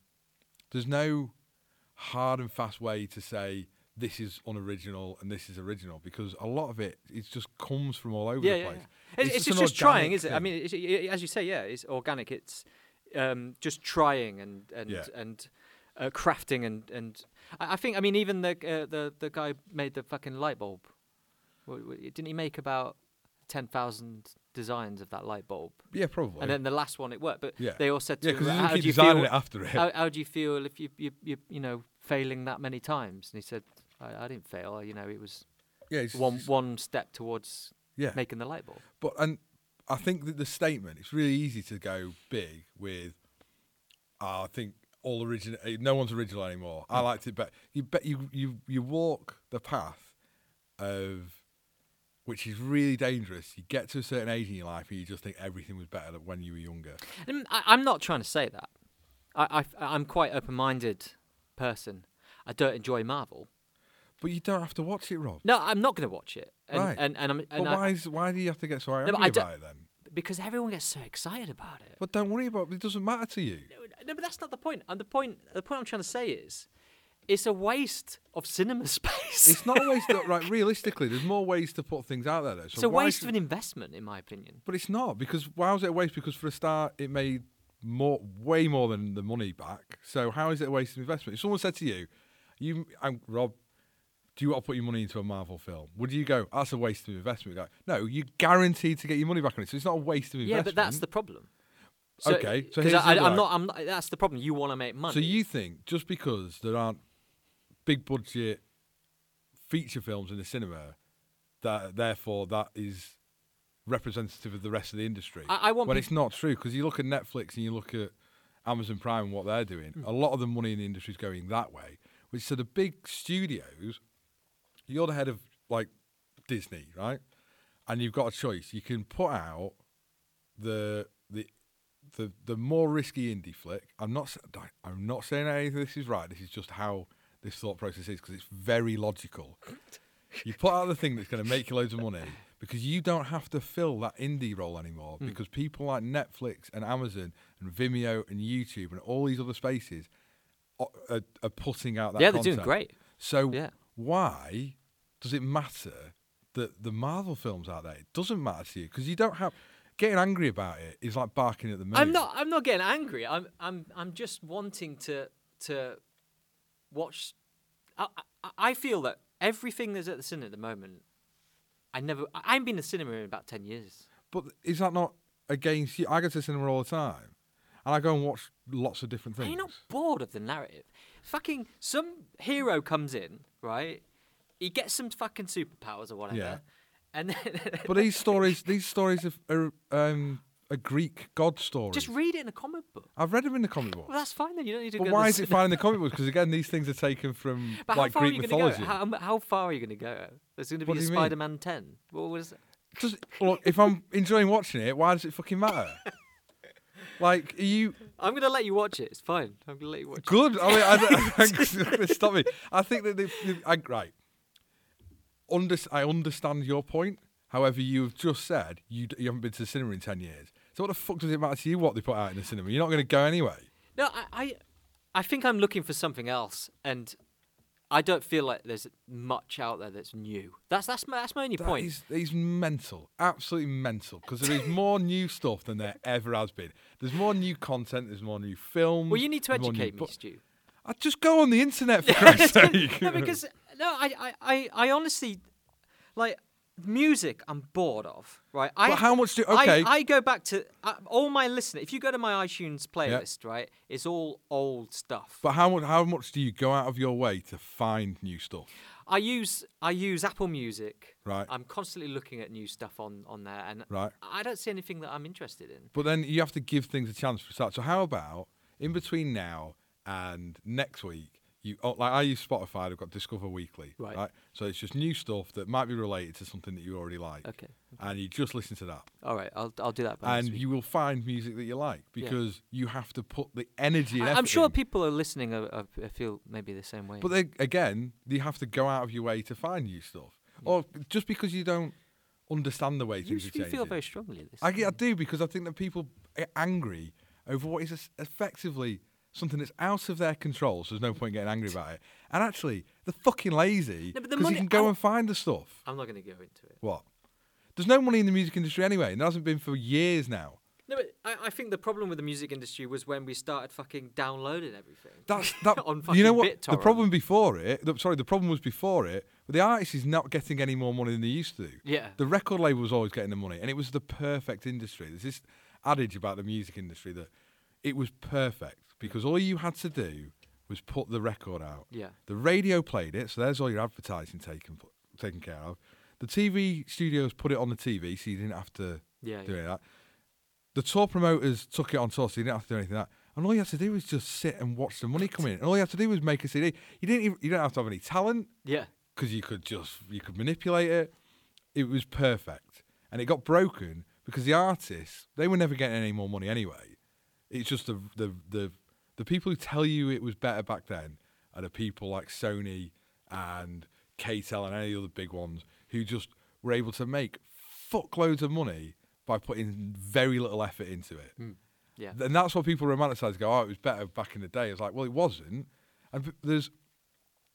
S2: there's no hard and fast way to say this is unoriginal and this is original because a lot of it it just comes from all over
S1: yeah,
S2: the
S1: yeah,
S2: place.
S1: yeah. It's, it's
S2: an
S1: just, just trying,
S2: organic
S1: is it? I
S2: thing.
S1: mean, it's, it, as you say, yeah, it's organic. It's um, just trying and and
S2: Yeah.
S1: and uh, crafting and and I, I think I mean even the uh, the the guy made the fucking light bulb. Wha- wha- Didn't he make about ten thousand designs of that light bulb?
S2: yeah, probably.
S1: And then the last one, it worked. But
S2: Yeah.
S1: they all said to
S2: Yeah,
S1: him,
S2: because he
S1: "How
S2: doesn't keep
S1: do you
S2: designing
S1: feel?
S2: it after it.
S1: How, how do you feel if you you you you know failing that many times?" And he said, "I, I didn't fail. You know, it was
S2: yeah, it's,
S1: one
S2: it's-
S1: one step towards
S2: yeah.
S1: making the light bulb."
S2: But and I think that the statement it's really easy to go big with. "Ah, I think all original. No one's original anymore.
S1: Hmm.
S2: I liked it better. You bet you you you walk the path of which is really dangerous. You get to a certain age in your life and you just think everything was better than when you were younger.
S1: Mm, I, I'm not trying to say that. I, I I'm quite open-minded person. I don't enjoy Marvel.
S2: But you don't have to watch it, Rob.
S1: No, I'm not going to watch it. And,
S2: Right.
S1: And and, I'm, and
S2: but
S1: I,
S2: why is, why do you have to get so angry
S1: but I don't-
S2: about it then?
S1: because everyone gets so excited about it.
S2: But don't worry about it. It doesn't matter to you.
S1: No, but that's not the point. And the point the point I'm trying to say is, it's a waste of cinema space.
S2: It's not a waste. of, right, realistically, there's more ways to put things out there. Though. So
S1: it's a
S2: why
S1: waste of
S2: should-
S1: an investment, in my opinion.
S2: But it's not because why was it a waste? Because for a start, it made more, way more than the money back. So how is it a waste of investment? If someone said to you, "You, um, Rob, do you want to put your money into a Marvel film?" Would you go, "That's a waste of investment"? You'd Go, no, you're guaranteed to get your money back on it. So it's not a waste of
S1: Yeah,
S2: investment.
S1: but that's the problem. So,
S2: Okay, so
S1: 'cause
S2: here's the
S1: I,
S2: other
S1: I'm
S2: eye.
S1: not. I'm not. That's the problem. You want to make money.
S2: So you think just because there aren't big budget feature films in the cinema, that therefore that is representative of the rest of the industry?
S1: I- I want
S2: when
S1: peop-
S2: it's not true because you look at Netflix and you look at Amazon Prime and what they're doing.
S1: Hmm.
S2: A lot of the money in the industry is going that way. Which so the big studios, you're the head of like Disney, right? And you've got a choice. You can put out the the the the more risky indie flick. I'm not s- I- I'm not saying any of this is right. This is just how this thought process is because it's very logical. You put out the thing that's going to make you loads of money because you don't have to fill that indie role anymore
S1: Hmm.
S2: because people like Netflix and Amazon and Vimeo and YouTube and all these other spaces are, are, are putting out that.
S1: Yeah, they're doing
S2: content.
S1: great.
S2: So
S1: Yeah.
S2: why does it matter that the Marvel films out there? It doesn't matter to you because you don't have getting angry about it is like barking at the moon.
S1: I'm not. I'm not getting angry. I'm. I'm. I'm just wanting to to watch. I, I, I feel that everything that's at the cinema at the moment. I never. I haven't been to the cinema in about ten years.
S2: But is that not against you? I go to the cinema all the time, and I go and watch lots of different
S1: Are
S2: things.
S1: you not bored of the narrative? Fucking some hero comes in, right? He gets some fucking superpowers or whatever,
S2: Yeah.
S1: and then
S2: But these stories, these stories of are, um, a Greek god story.
S1: just read it in a comic book.
S2: I've read them in the comic book.
S1: Well, that's fine then. You don't need to go.
S2: but
S1: to
S2: why
S1: the
S2: is it
S1: cinema.
S2: fine in the comic books? Because again, these things are taken from
S1: But
S2: like
S1: how far
S2: Greek
S1: are you going to
S2: mythology.
S1: go? How, how far are you going to go? There's going to
S2: What
S1: be a
S2: do you mean?
S1: Spider-Man ten. What was?
S2: does look if I'm enjoying watching it, why does it fucking matter? like, are you
S1: I'm gonna let you watch it. It's fine. I'm gonna let you watch it.
S2: good? I mean, I don't, it's not gonna stop me. I think that they, they, I, right. Under, I understand your point. However, you have just said you, d- you haven't been to the cinema in ten years. So what the fuck does it matter to you what they put out in the cinema? You're not going to go anyway.
S1: No, I, I, I think I'm looking for something else, and I don't feel like there's much out there that's new. That's that's my that's my only
S2: That
S1: point.
S2: is- that is mental, absolutely mental. Because there is more new stuff than there ever has been. There's more new content. There's more new films.
S1: well, you need to
S2: there's more new
S1: educate me,
S2: bo-
S1: Stu.
S2: I just go on the internet for Christ's sake.
S1: no, because no, I, I, I, I honestly like music. I'm bored of right. I,
S2: But how much do-
S1: I-
S2: okay.
S1: I, go back to uh, all my listener. If you go to my iTunes playlist, right, it's all old stuff.
S2: But how much? How much do you go out of your way to find new stuff?
S1: I use I use Apple Music.
S2: Right.
S1: I'm constantly looking at new stuff on on there, and
S2: Right.
S1: I don't see anything that I'm interested in.
S2: But then you have to give things a chance for a start. So how about in between now and next week? You oh, like I use Spotify. I've got Discover Weekly,
S1: Right.
S2: So it's just new stuff that might be related to something that you already like,
S1: Okay.
S2: and you just listen to that,
S1: All right, I'll I'll do that. By
S2: and
S1: next week.
S2: you will find music that you like because you have to put the energy. And
S1: I, am
S2: effort
S1: sure
S2: in.
S1: people are listening. Are, are, are feel maybe the same way.
S2: But they, again, you have to go out of your way to find new stuff, or just because you don't understand the way
S1: Mm. you
S2: things are
S1: should
S2: changing.
S1: feel very strongly this.
S2: I, get- I do because I think that people get angry over what is es- effectively something that's out of their control. So there's no point getting angry about it. And actually, they're fucking lazy
S1: No, but
S2: because
S1: the
S2: you
S1: money-
S2: can go
S1: I-
S2: and find the stuff.
S1: I'm not going to go into it.
S2: What? There's no money in the music industry anyway, and there hasn't been for years now.
S1: No, but I, I think the problem with the music industry was when we started fucking downloading everything.
S2: That's that.
S1: On
S2: you
S1: fucking
S2: know what? The
S1: BitTorrent.
S2: problem before it. The, sorry, the problem was before it. But the artist is not getting any more money than they used to.
S1: Yeah.
S2: The record label was always getting the money, and it was the perfect industry. There's this adage about the music industry that it was perfect because all you had to do was put the record out.
S1: Yeah.
S2: The radio played it, so there's all your advertising taken pl- taken care of. The TV studios put it on the TV, so you didn't have to
S1: Yeah,
S2: do any of that. The tour promoters took it on tour, so you didn't have to do anything like that. And all you had to do was just sit and watch the money come in. And all you had to do was make a CD. You didn't. Even, you don't have to have any talent
S1: yeah.
S2: because you could just you could manipulate it. It was perfect, and it got broken because the artists they were never getting any more money anyway. It's just the the the the people who tell you it was better back then are the people like Sony and KTEL and any other big ones who just were able to make fuckloads of money by putting very little effort into it.
S1: Yeah.
S2: And that's what people romanticize. Go, oh, it was better back in the day. It's like, well, it wasn't. And p- there's,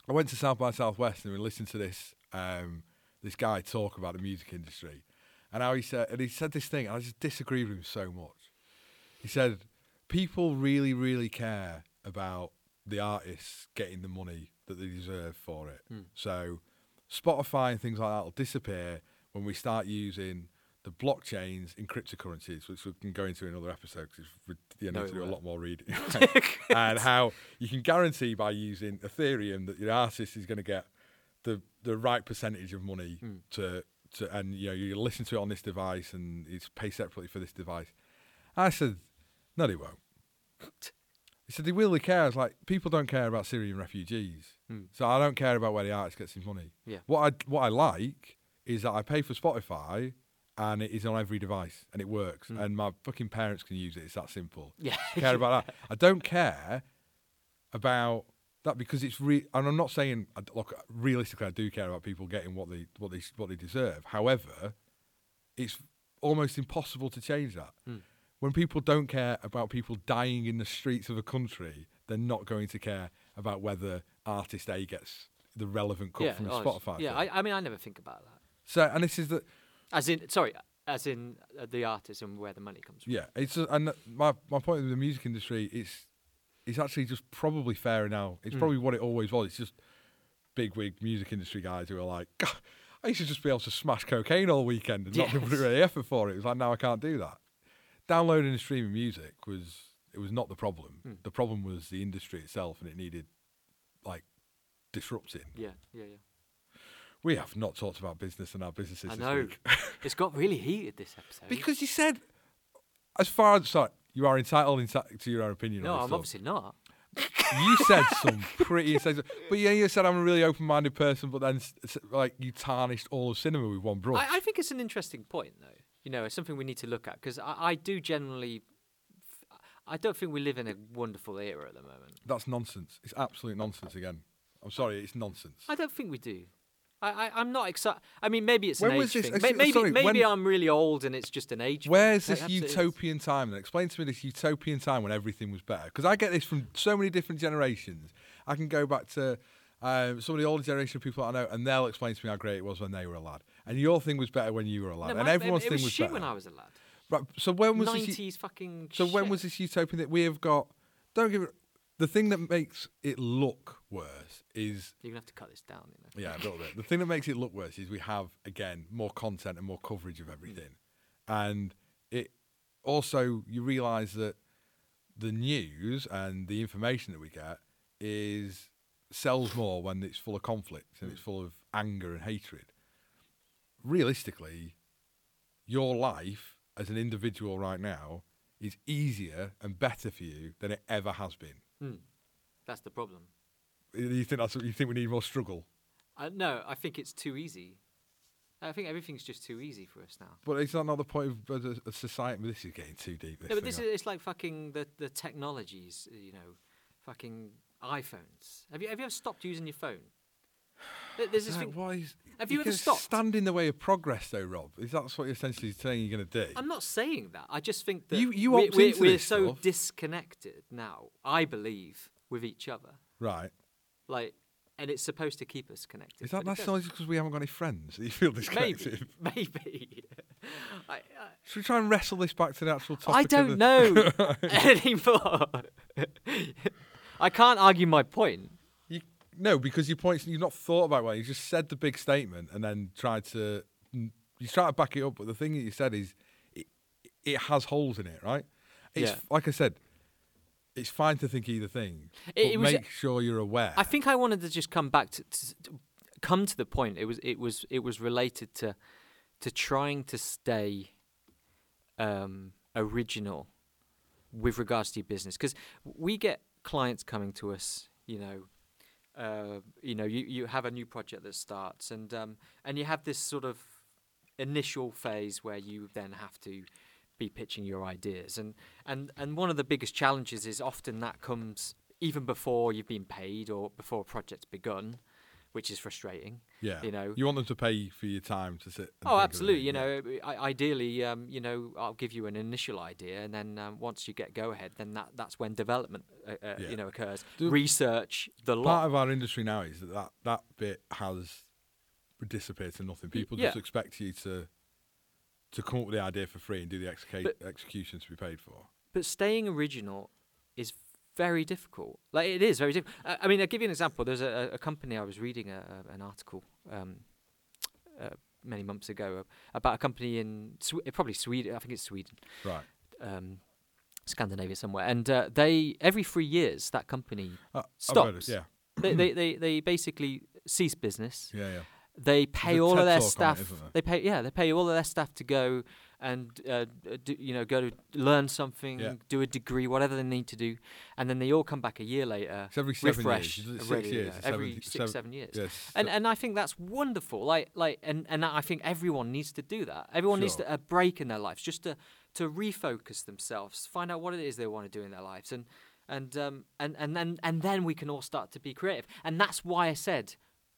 S2: I went to South by Southwest and we listened to this um, this guy talk about the music industry, and how he said, and he said this thing, and I just disagreed with him so much. He said, people really, really care about the artists getting the money that they deserve for it. So Spotify and things like that will disappear when we start using the blockchains in cryptocurrencies, which we can go into in another episode because you
S1: No,
S2: need
S1: it
S2: to do a
S1: won't.
S2: lot more reading. and how you can guarantee by using Ethereum that your artist is going to get the the right percentage of money to to and you know you listen to it on this device and it's pay separately for this device. I said, no, they won't. He said they really care. I was like, people don't care about Syrian refugees, so I don't care about where the artist gets his money.
S1: Yeah.
S2: What I what I like is that I pay for Spotify, and it is on every device, and it works, and my fucking parents can use it. It's that simple.
S1: Yeah.
S2: I care about that. I don't care about that because it's re- and I'm not saying I d- look realistically I do care about people getting what they what they what they deserve. However, it's almost impossible to change that.
S1: Hmm.
S2: When people don't care about people dying in the streets of a country, they're not going to care about whether artist A gets the relevant cut
S1: yeah.
S2: from a
S1: oh, it's-
S2: Spotify.
S1: Yeah.
S2: thing.
S1: I, I mean, I never think about that.
S2: so and this is the
S1: As in, sorry, as in uh, the artist and where the money comes from.
S2: Yeah, it's just, and that- my my point with the music industry is it's actually just probably fairer now.
S1: Mm.
S2: It's probably what it always was. It's just big wig music industry guys who are like, "God, I used to just be able to smash cocaine all weekend and not put
S1: Yes.
S2: really effort for it. It was like now I can't do that. Downloading and streaming music was it was not the problem.
S1: Hmm.
S2: The problem was the industry itself, and it needed like disrupting.
S1: Yeah. Yeah. Yeah.
S2: We have not talked about business and our businesses
S1: I
S2: this
S1: know.
S2: week.
S1: it's got really heated this episode.
S2: Because you said, as far as sorry, you are entitled in, to your own opinion.
S1: no,
S2: on this
S1: I'm
S2: stuff.
S1: obviously not.
S2: you said some pretty sense, but yeah, you said I'm a really open-minded person, but then s- s- like you tarnished all of cinema with one brush.
S1: I, I think it's an interesting point, though. You know, it's something we need to look at because I, I do generally. f- I don't think we live in a wonderful era at the moment.
S2: That's nonsense. It's absolute nonsense again. I'm sorry, it's nonsense.
S1: I don't think we do. I, I I'm not excited. I mean, maybe it's
S2: When
S1: an
S2: was
S1: age
S2: this-
S1: thing.
S2: actually,
S1: May- maybe
S2: sorry,
S1: maybe
S2: when-
S1: I'm really old and it's just an age. thing.
S2: Where's
S1: That
S2: this
S1: absolutely is.
S2: utopian time? Then explain to me this utopian time when everything was better. Because I get this from so many different generations. I can go back to um, some of the older generation of people I know, and they'll explain to me how great it was when they were a lad. And your thing was better when you were a lad,
S1: No,
S2: and
S1: my-
S2: everyone's
S1: it
S2: thing
S1: was
S2: was,
S1: shit
S2: better.
S1: when I was a lad.
S2: Right. So when was this? u-
S1: Nineties fucking.
S2: So when was
S1: shit.
S2: this utopian that we have got? Don't give it. The thing that makes it look worse is
S1: You're gonna have to cut this down. You know.
S2: yeah, a little bit. The thing that makes it look worse is we have again more content and more coverage of everything, and it also you realise that the news and the information that we get is sells more when it's full of conflict and it's full of anger and hatred. Realistically, your life as an individual right now is easier and better for you than it ever has been.
S1: Hmm. That's the problem.
S2: You think that's you think we need more struggle?
S1: Uh, no, I think it's too easy. I think everything's just too easy for us now.
S2: But is that not the point of- of the- of society? This is getting too deep. This
S1: No, but this is,
S2: thing.
S1: it's like fucking the, the technologies, uh, you know, fucking iPhones. Have you, have you ever stopped using your phone? Th- There's this
S2: Like,
S1: thing.
S2: why is-
S1: Have
S2: you're
S1: you ever
S2: gonna
S1: stopped?
S2: Stand in the way of progress, though, Rob. Is that what you're essentially saying you're going to do?
S1: I'm not saying that. I just think that
S2: You- you
S1: we're,
S2: opt
S1: we're,
S2: into
S1: we're
S2: this
S1: so
S2: stuff.
S1: disconnected now, I believe, with each other.
S2: right.
S1: Like, and it's supposed to keep us connected.
S2: Is that
S1: but it
S2: that's not just because we haven't got any friends that you feel disconnected?
S1: doesn't. Maybe. Maybe. I, I,
S2: Should we try and wrestle this back to the actual topic?
S1: I
S2: of the-
S1: don't know anymore. I can't argue my point.
S2: You, no, because your points you've not thought about well. You just said the big statement and then tried to you try to back it up. But the thing that you said is it, it has holes in it, right? It's
S1: Yeah.
S2: like I said. It's fine to think either thing, but
S1: it was-
S2: make sure you're aware.
S1: I think I wanted to just come back to, to to come to the point. It was it was it was related to to trying to stay um, original with regards to your business because we get clients coming to us. You know, uh, you know, you, you have a new project that starts, and um, and you have this sort of initial phase where you then have to be pitching your ideas, and and and one of the biggest challenges is often that comes even before you've been paid or before a project's begun, which is frustrating.
S2: Yeah.
S1: you know,
S2: You want them to pay for your time to sit. and think
S1: Oh,
S2: of it,
S1: absolutely. You
S2: yeah.
S1: know, I, ideally, um, you know, I'll give you an initial idea, and then um, once you get go ahead, then that, that's when development, uh, uh,
S2: Yeah.
S1: you know, occurs.
S2: Do-
S1: Research the
S2: Part
S1: lot.
S2: of our industry now is that that, that bit has disappeared to nothing. People just
S1: yeah.
S2: expect you to to come up with the idea for free and do the execa-
S1: But-
S2: execution to be paid for.
S1: But staying original is very difficult. Like it is very difficult. Uh, I mean, I'll give you an example. There's a, a company I was reading a, a, an article um, uh, many months ago about a company in Swe- uh, probably Sweden. I think it's Sweden.
S2: Right.
S1: Um, Scandinavia somewhere, and uh, they every three years that company
S2: Uh, I've heard it,
S1: stops. they, they, they, they basically cease business.
S2: Mm. Yeah. Yeah. Yeah.
S1: They pay
S2: a
S1: all of
S2: TED
S1: their
S2: talk on it,
S1: staff.
S2: isn't there?
S1: they pay yeah, they pay all of their staff to go and uh, do, you know go to learn something,
S2: Yeah.
S1: do a degree, whatever they need to do, and then they all come back a year later,
S2: It's every seven
S1: refreshed,
S2: years. Is it
S1: and
S2: six
S1: ready to
S2: years.
S1: go.
S2: or
S1: every
S2: seven-
S1: six
S2: seven-
S1: seven years.
S2: Yes.
S1: And
S2: So-
S1: and I think that's wonderful. Like like and and I think everyone needs to do that. Everyone needs
S2: Sure.
S1: to, a break in their lives just to to refocus themselves, find out what it is they want to do in their lives, and and um and and then and then we can all start to be creative. And that's why I said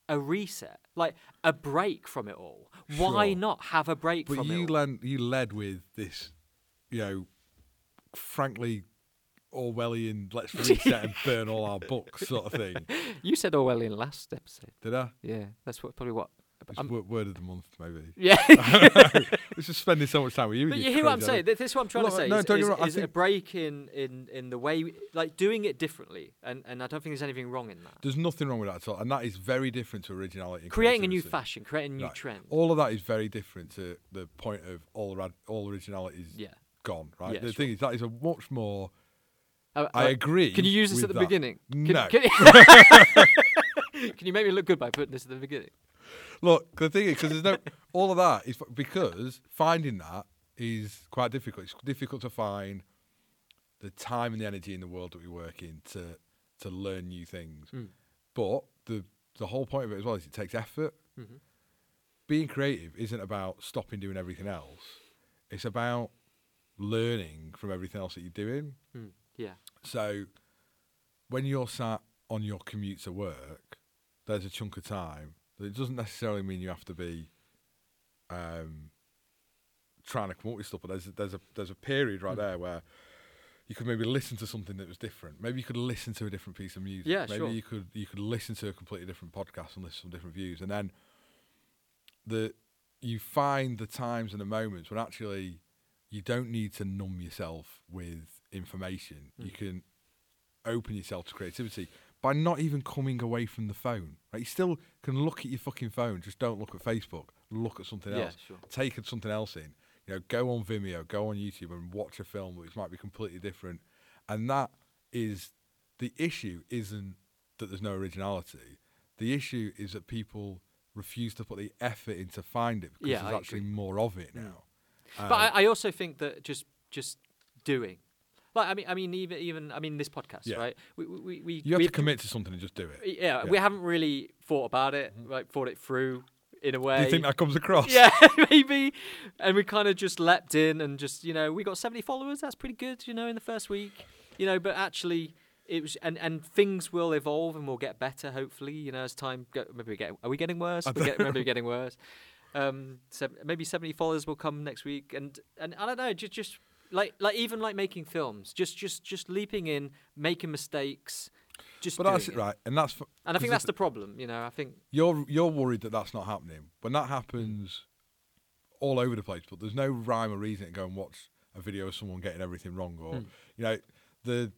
S1: a reset, like a break from it all. Why
S2: Sure.
S1: not have a break
S2: but
S1: from
S2: you
S1: it? all?
S2: led you led with this, you know, frankly. Orwellian, let's reset and burn all our books, sort of thing.
S1: you said Orwellian last episode.
S2: Did I?
S1: Yeah, that's what probably what.
S2: It's
S1: I'm-
S2: wo- word of the month, maybe.
S1: yeah,
S2: It's just spending so much time with you.
S1: But
S2: you
S1: you hear what I'm
S2: crazy
S1: saying? Th- This is what I'm trying
S2: Look,
S1: to say.
S2: no,
S1: is
S2: don't get
S1: is-
S2: me wrong, I
S1: is a
S2: think-
S1: break in, in, in the way, we- like doing it differently. And, and I don't think there's anything wrong in that.
S2: There's nothing wrong with that at all, and that is very different to originality. and
S1: Creating a new
S2: creativity.
S1: fashion, creating a new
S2: Right.
S1: trend.
S2: All of that is very different to the point of all ra- all originality is
S1: Yeah.
S2: gone. Right.
S1: Yeah,
S2: the
S1: sure.
S2: thing is that is a much more.
S1: Uh,
S2: I
S1: uh,
S2: agree.
S1: Can you use this
S2: with
S1: at the
S2: that.
S1: beginning? Can,
S2: no.
S1: Can, you- Can you make me look good by putting this at the beginning?
S2: Look, the thing is because there's no all of that is f- because finding that is quite difficult. It's difficult to find the time and the energy in the world that we work in to to learn new things. But the the whole point of it as well is it takes effort. Being creative isn't about stopping doing everything else. It's about learning from everything else that you're doing.
S1: Mm. Yeah.
S2: So when you're sat on your commute to work, there's a chunk of time. that It doesn't necessarily mean you have to be um, trying to come up with stuff, but there's there's a there's a period
S1: Hmm.
S2: right there where you could maybe listen to something that was different. Maybe you could listen to a different piece of music.
S1: Yeah,
S2: maybe
S1: sure.
S2: you could you could listen to a completely different podcast and listen to some different views, and then the you find the times and the moments when actually you don't need to numb yourself with information.
S1: Hmm.
S2: You can open yourself to creativity by not even coming away from the phone. Right? You still can look at your fucking phone, just don't look at Facebook. Look at something
S1: Yeah,
S2: else.
S1: sure.
S2: Take something else in. You know, go on Vimeo, go on YouTube and watch a film which might be completely different. And that is the issue isn't that there's no originality. The issue is that people refuse to put the effort in to find it because
S1: Yeah,
S2: there's
S1: I Hmm.
S2: actually more of it now. Uh,
S1: but I, I also think that just just doing, like I mean, I mean even even I mean this podcast,
S2: Yeah.
S1: right? We we we, we
S2: You have
S1: we
S2: to commit to something and just do it.
S1: yeah, we haven't really thought about it, like thought it through in a way.
S2: Mm-hmm. Do you think that comes across?
S1: yeah, maybe. And we kind of just leapt in and just, you know, we got 70 followers. That's pretty good, you know, in the first week. You know, but actually, it was, and, and things will evolve and we'll get better, hopefully, you know, as time go, Maybe we get, are we getting worse? We're get, maybe we're getting worse. Um, so maybe 70 followers will come next week. And, and I don't know, just, just like, like, even like making films, just, just, just leaping in, making mistakes. Just
S2: But that's
S1: doing
S2: it, right? And that's fu-
S1: And I
S2: 'cause
S1: think
S2: the-
S1: that's the problem, you know, I think,
S2: you're you're worried that that's not happening. When that happens, all over the place. But there's no rhyme or reason to go and watch a video of someone getting everything wrong, or
S1: Hmm.
S2: you know, the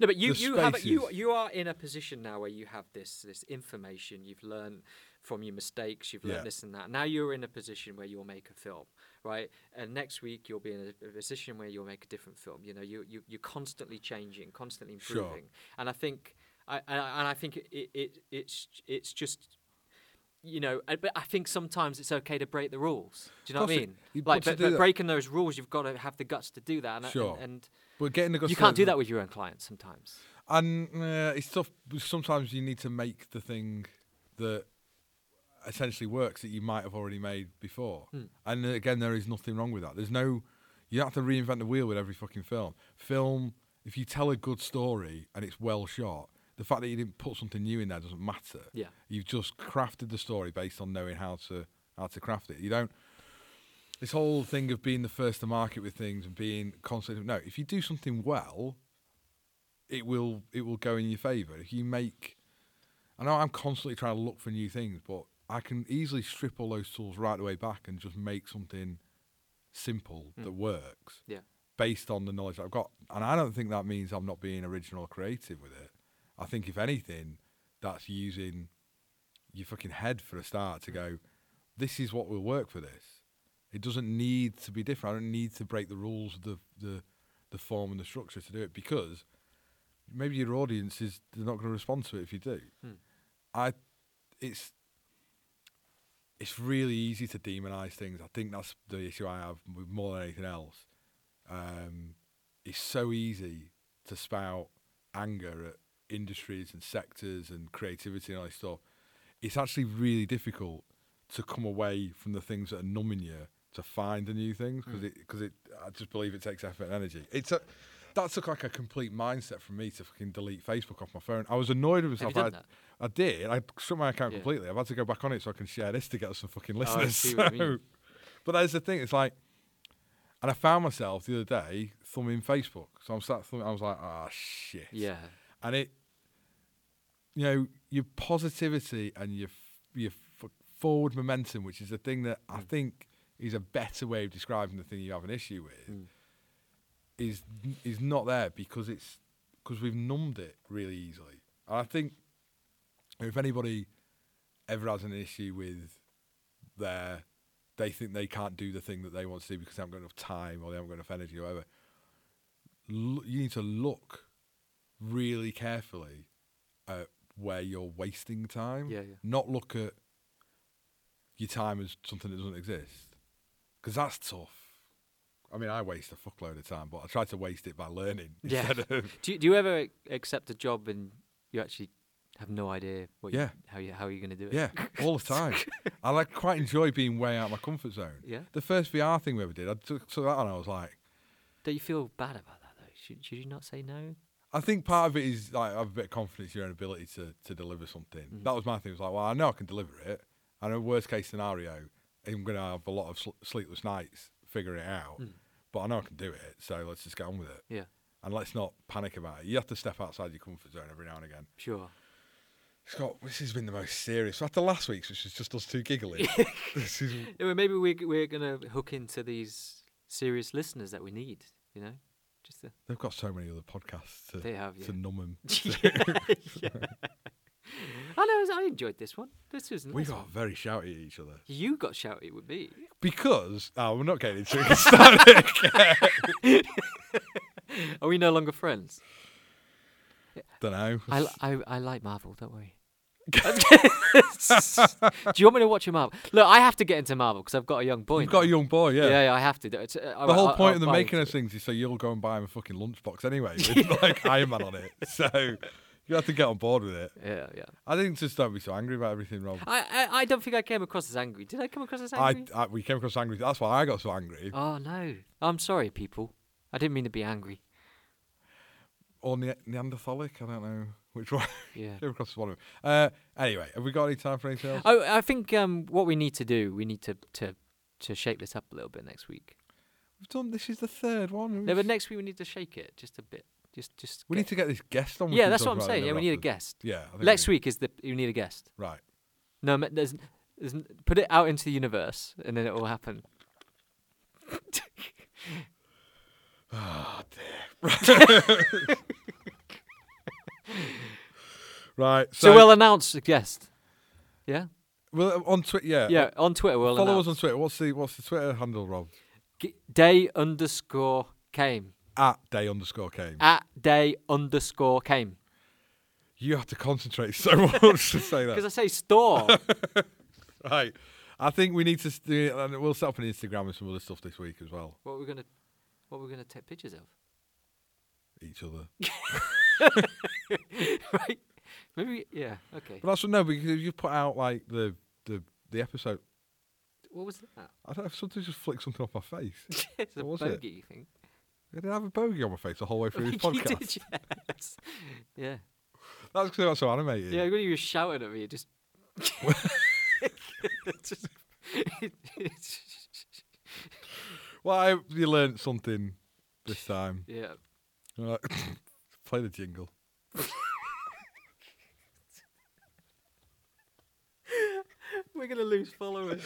S1: No, but you
S2: the
S1: you have you
S2: spaces.
S1: you are in a position now where you have this this information you've learned from your mistakes, you've learned
S2: Yeah.
S1: this and that. Now you're in a position where you'll make a film, right? And next week you'll be in a, a position where you'll make a different film. You know, you you you're constantly changing, constantly
S2: Sure.
S1: improving. And I think I and I and I think it, it it's it's just you know, uh, but I think sometimes it's okay to break the rules. Do you know
S2: Course
S1: what I
S2: it-
S1: mean?
S2: you've
S1: like,
S2: got to
S1: but,
S2: do
S1: but
S2: that.
S1: breaking those rules, you've got to have the guts to do that. And, I- and-
S2: Sure.
S1: and
S2: we're getting the
S1: you
S2: gusto-
S1: can't do that with your own clients sometimes.
S2: And uh, it's tough. because Sometimes you need to make the thing that essentially works that you might have already made before. And uh, again, there is nothing wrong with that. There's no, you don't have to reinvent the wheel with every fucking film. Film, if you tell a good story and it's well shot, the fact that you didn't put something new in there doesn't matter.
S1: Yeah.
S2: You've just crafted the story based on knowing how to how to craft it. You don't this whole thing of being the first to market with things and being constantly no if you do something well it will it will go in your favor if you make i know i'm constantly trying to look for new things but i can easily strip all those tools right the way back and just make something simple that works
S1: Yeah.
S2: based on the knowledge I've got. And I don't think that means I'm not being original or creative with it. I think if anything, that's using your fucking head for a start to go, this is what will work for this. It doesn't need to be different. I don't need to break the rules of the the, the form and the structure to do it because maybe your audience is they're not going to respond to it if you do. I it's it's really easy to demonize things. I think that's the issue I have with more than anything else. Um, it's so easy to spout anger at industries and sectors and creativity and all this stuff. It's actually really difficult to come away from the things that are numbing you to find the new things
S1: Hmm.
S2: because it because it I just believe it takes effort and energy. It's a that took like a complete mindset from me to fucking delete Facebook off my phone. I was annoyed with
S1: Have you
S2: myself.
S1: done
S2: I, I did. I shut my account
S1: Yeah. Oh,
S2: completely. I've had to go back on it so I can share this to get us some fucking
S1: I
S2: listeners.
S1: see what you mean.
S2: So- But that's the thing. It's like, and I found myself the other day thumbing Facebook. So I'm sat thumbing. I was like, ah, shit.
S1: Yeah.
S2: And it, you know, your positivity and your f- your f- forward momentum, which is the thing that I
S1: Mm.
S2: think is a better way of describing the thing you have an issue with, is is not there because it's because we've numbed it really easily. And I think if anybody ever has an issue with their they think they can't do the thing that they want to do because they haven't got enough time or they haven't got enough energy or whatever. L- you need to look really carefully at where you're wasting time.
S1: Yeah, yeah.
S2: Not look at your time as something that doesn't exist because that's tough. I mean, I waste a fuckload of time, but I try to waste it by learning
S1: Yeah.
S2: instead of
S1: Do you, do you ever ac- accept a job and you actually have no idea what you,
S2: Yeah.
S1: how you how you're going to do it?
S2: Yeah, all the time. I like quite enjoy being way out of my comfort zone.
S1: Yeah.
S2: The first VR thing we ever did, I took saw that and I was like,
S1: Don't you feel bad about that though? Should should you not say no?
S2: I think part of it is like have a bit of confidence in your own ability to, to deliver something.
S1: Mm-hmm.
S2: That was my thing. It was like, well, I know I can deliver it. And in worst case scenario, I'm going to have a lot of sl- sleepless nights figuring it out. But I know I can do it, so let's just get on with it.
S1: Mm. Yeah,
S2: And let's not panic about it. You have to step outside your comfort zone every now and again.
S1: sure.
S2: Scott, this has been the most serious. After last week's, which was just us two giggling, this is
S1: Anyway, maybe we're g- we're going to hook into these serious listeners that we need. You know, just to,
S2: They've got so many other podcasts to,
S1: They have, yeah.
S2: to numb them.
S1: I know I enjoyed this one. This was
S2: We
S1: nice
S2: got
S1: one.
S2: very shouty at each other
S1: You got shouty with me.
S2: because oh, we're not getting into it. Start it.
S1: Are we no longer friends?
S2: Don't know.
S1: I, li- I, I like Marvel, don't worry. Do you want me to watch a Marvel? Look, I have to get into Marvel because I've got a young boy.
S2: You've got a
S1: now.
S2: young boy, yeah.
S1: Yeah, yeah, I have to. do it. It's, uh, I-
S2: The whole
S1: I-
S2: point
S1: I'll
S2: of them
S1: buy
S2: making
S1: into
S2: us things is so you'll go and buy him a fucking lunchbox anyway, with like Iron Man on it. So you have to get on board with it.
S1: it. Yeah, yeah.
S2: I think just don't be so angry about everything, Rob.
S1: I, I, I don't think I came across as angry. Did I come across as
S2: I,
S1: angry?
S2: I we came across angry. That's why I got so angry.
S1: Oh no, I'm sorry, people. I didn't mean to be angry.
S2: Or ne- Neanderthalic, I don't know which one.
S1: Yeah.
S2: came across as one of them. Uh, anyway, have we got any time for anything else?
S1: I, I think um, what we need to do, we need to, to to shake this up a little bit next week.
S2: We've done. This is the third one.
S1: No, but next week we need to shake it just a bit. Just just.
S2: We
S1: get-
S2: need to get this guest on. we
S1: Yeah,
S2: keep
S1: that's what
S2: talking
S1: I'm
S2: about it
S1: saying. Yeah,
S2: never
S1: we need a
S2: happens.
S1: guest.
S2: Yeah. I think
S1: Next
S2: we-
S1: week is the you need a guest.
S2: Right.
S1: No, ma- there's, there's n- put it out into the universe and then it will happen.
S2: Right.
S1: So,
S2: So,
S1: we'll uh, announce a guest. Yeah,
S2: well, uh, on Twitter. Yeah.
S1: yeah. On Twitter, we'll
S2: Follow us on
S1: announce.
S2: Twitter. What's the What's the Twitter handle, Rob?
S1: G- day underscore came
S2: At day underscore came.
S1: at day underscore came
S2: You have to concentrate so much to say
S1: because
S2: that.
S1: I say store.
S2: Right. I think we need to. s- do it, and We'll set up an Instagram and some other stuff this week as well.
S1: what we're gonna, what we're gonna take pictures of,
S2: Each other.
S1: right? Maybe we- yeah. Okay.
S2: But that's what no, because if you put out like the the the episode.
S1: What was that?
S2: I don't know. Something just flicked something off my face.
S1: it's a
S2: What was it?
S1: bogey thing.
S2: I didn't have a bogey on my face the whole way through this
S1: You
S2: podcast.
S1: did, yes. Yeah.
S2: That's because I got so animated.
S1: Yeah, when you were shouting at me, just. just
S2: Well, I hope you learnt something this time.
S1: yeah.
S2: Right. Play the jingle.
S1: We're going to lose followers.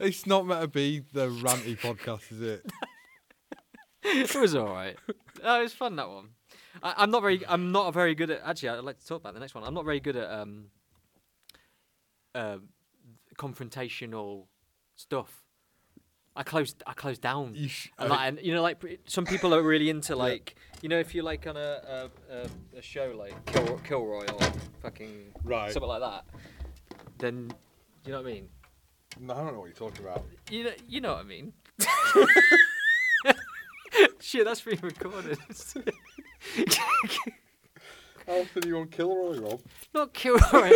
S2: It's not meant to be the ranty podcast, is it?
S1: it was all right. Oh, it was fun that one. I, I'm not very. I'm not very good at. Actually, I'd like to talk about the next one. I'm not very good at um, um confrontational stuff. I closed. I closed down.
S2: You sh- uh,
S1: And like, and, you know, like pre- some people are really into like, you know, if you're like on a a, a, a show like Kilroy, Kilroy or fucking
S2: Right.
S1: something like that, then you know what I mean.
S2: No, I don't know what you're talking about.
S1: You know, you know what I mean. Shit, that's being recorded.
S2: How often do you want Kilroy, Rob?
S1: Not Kilroy.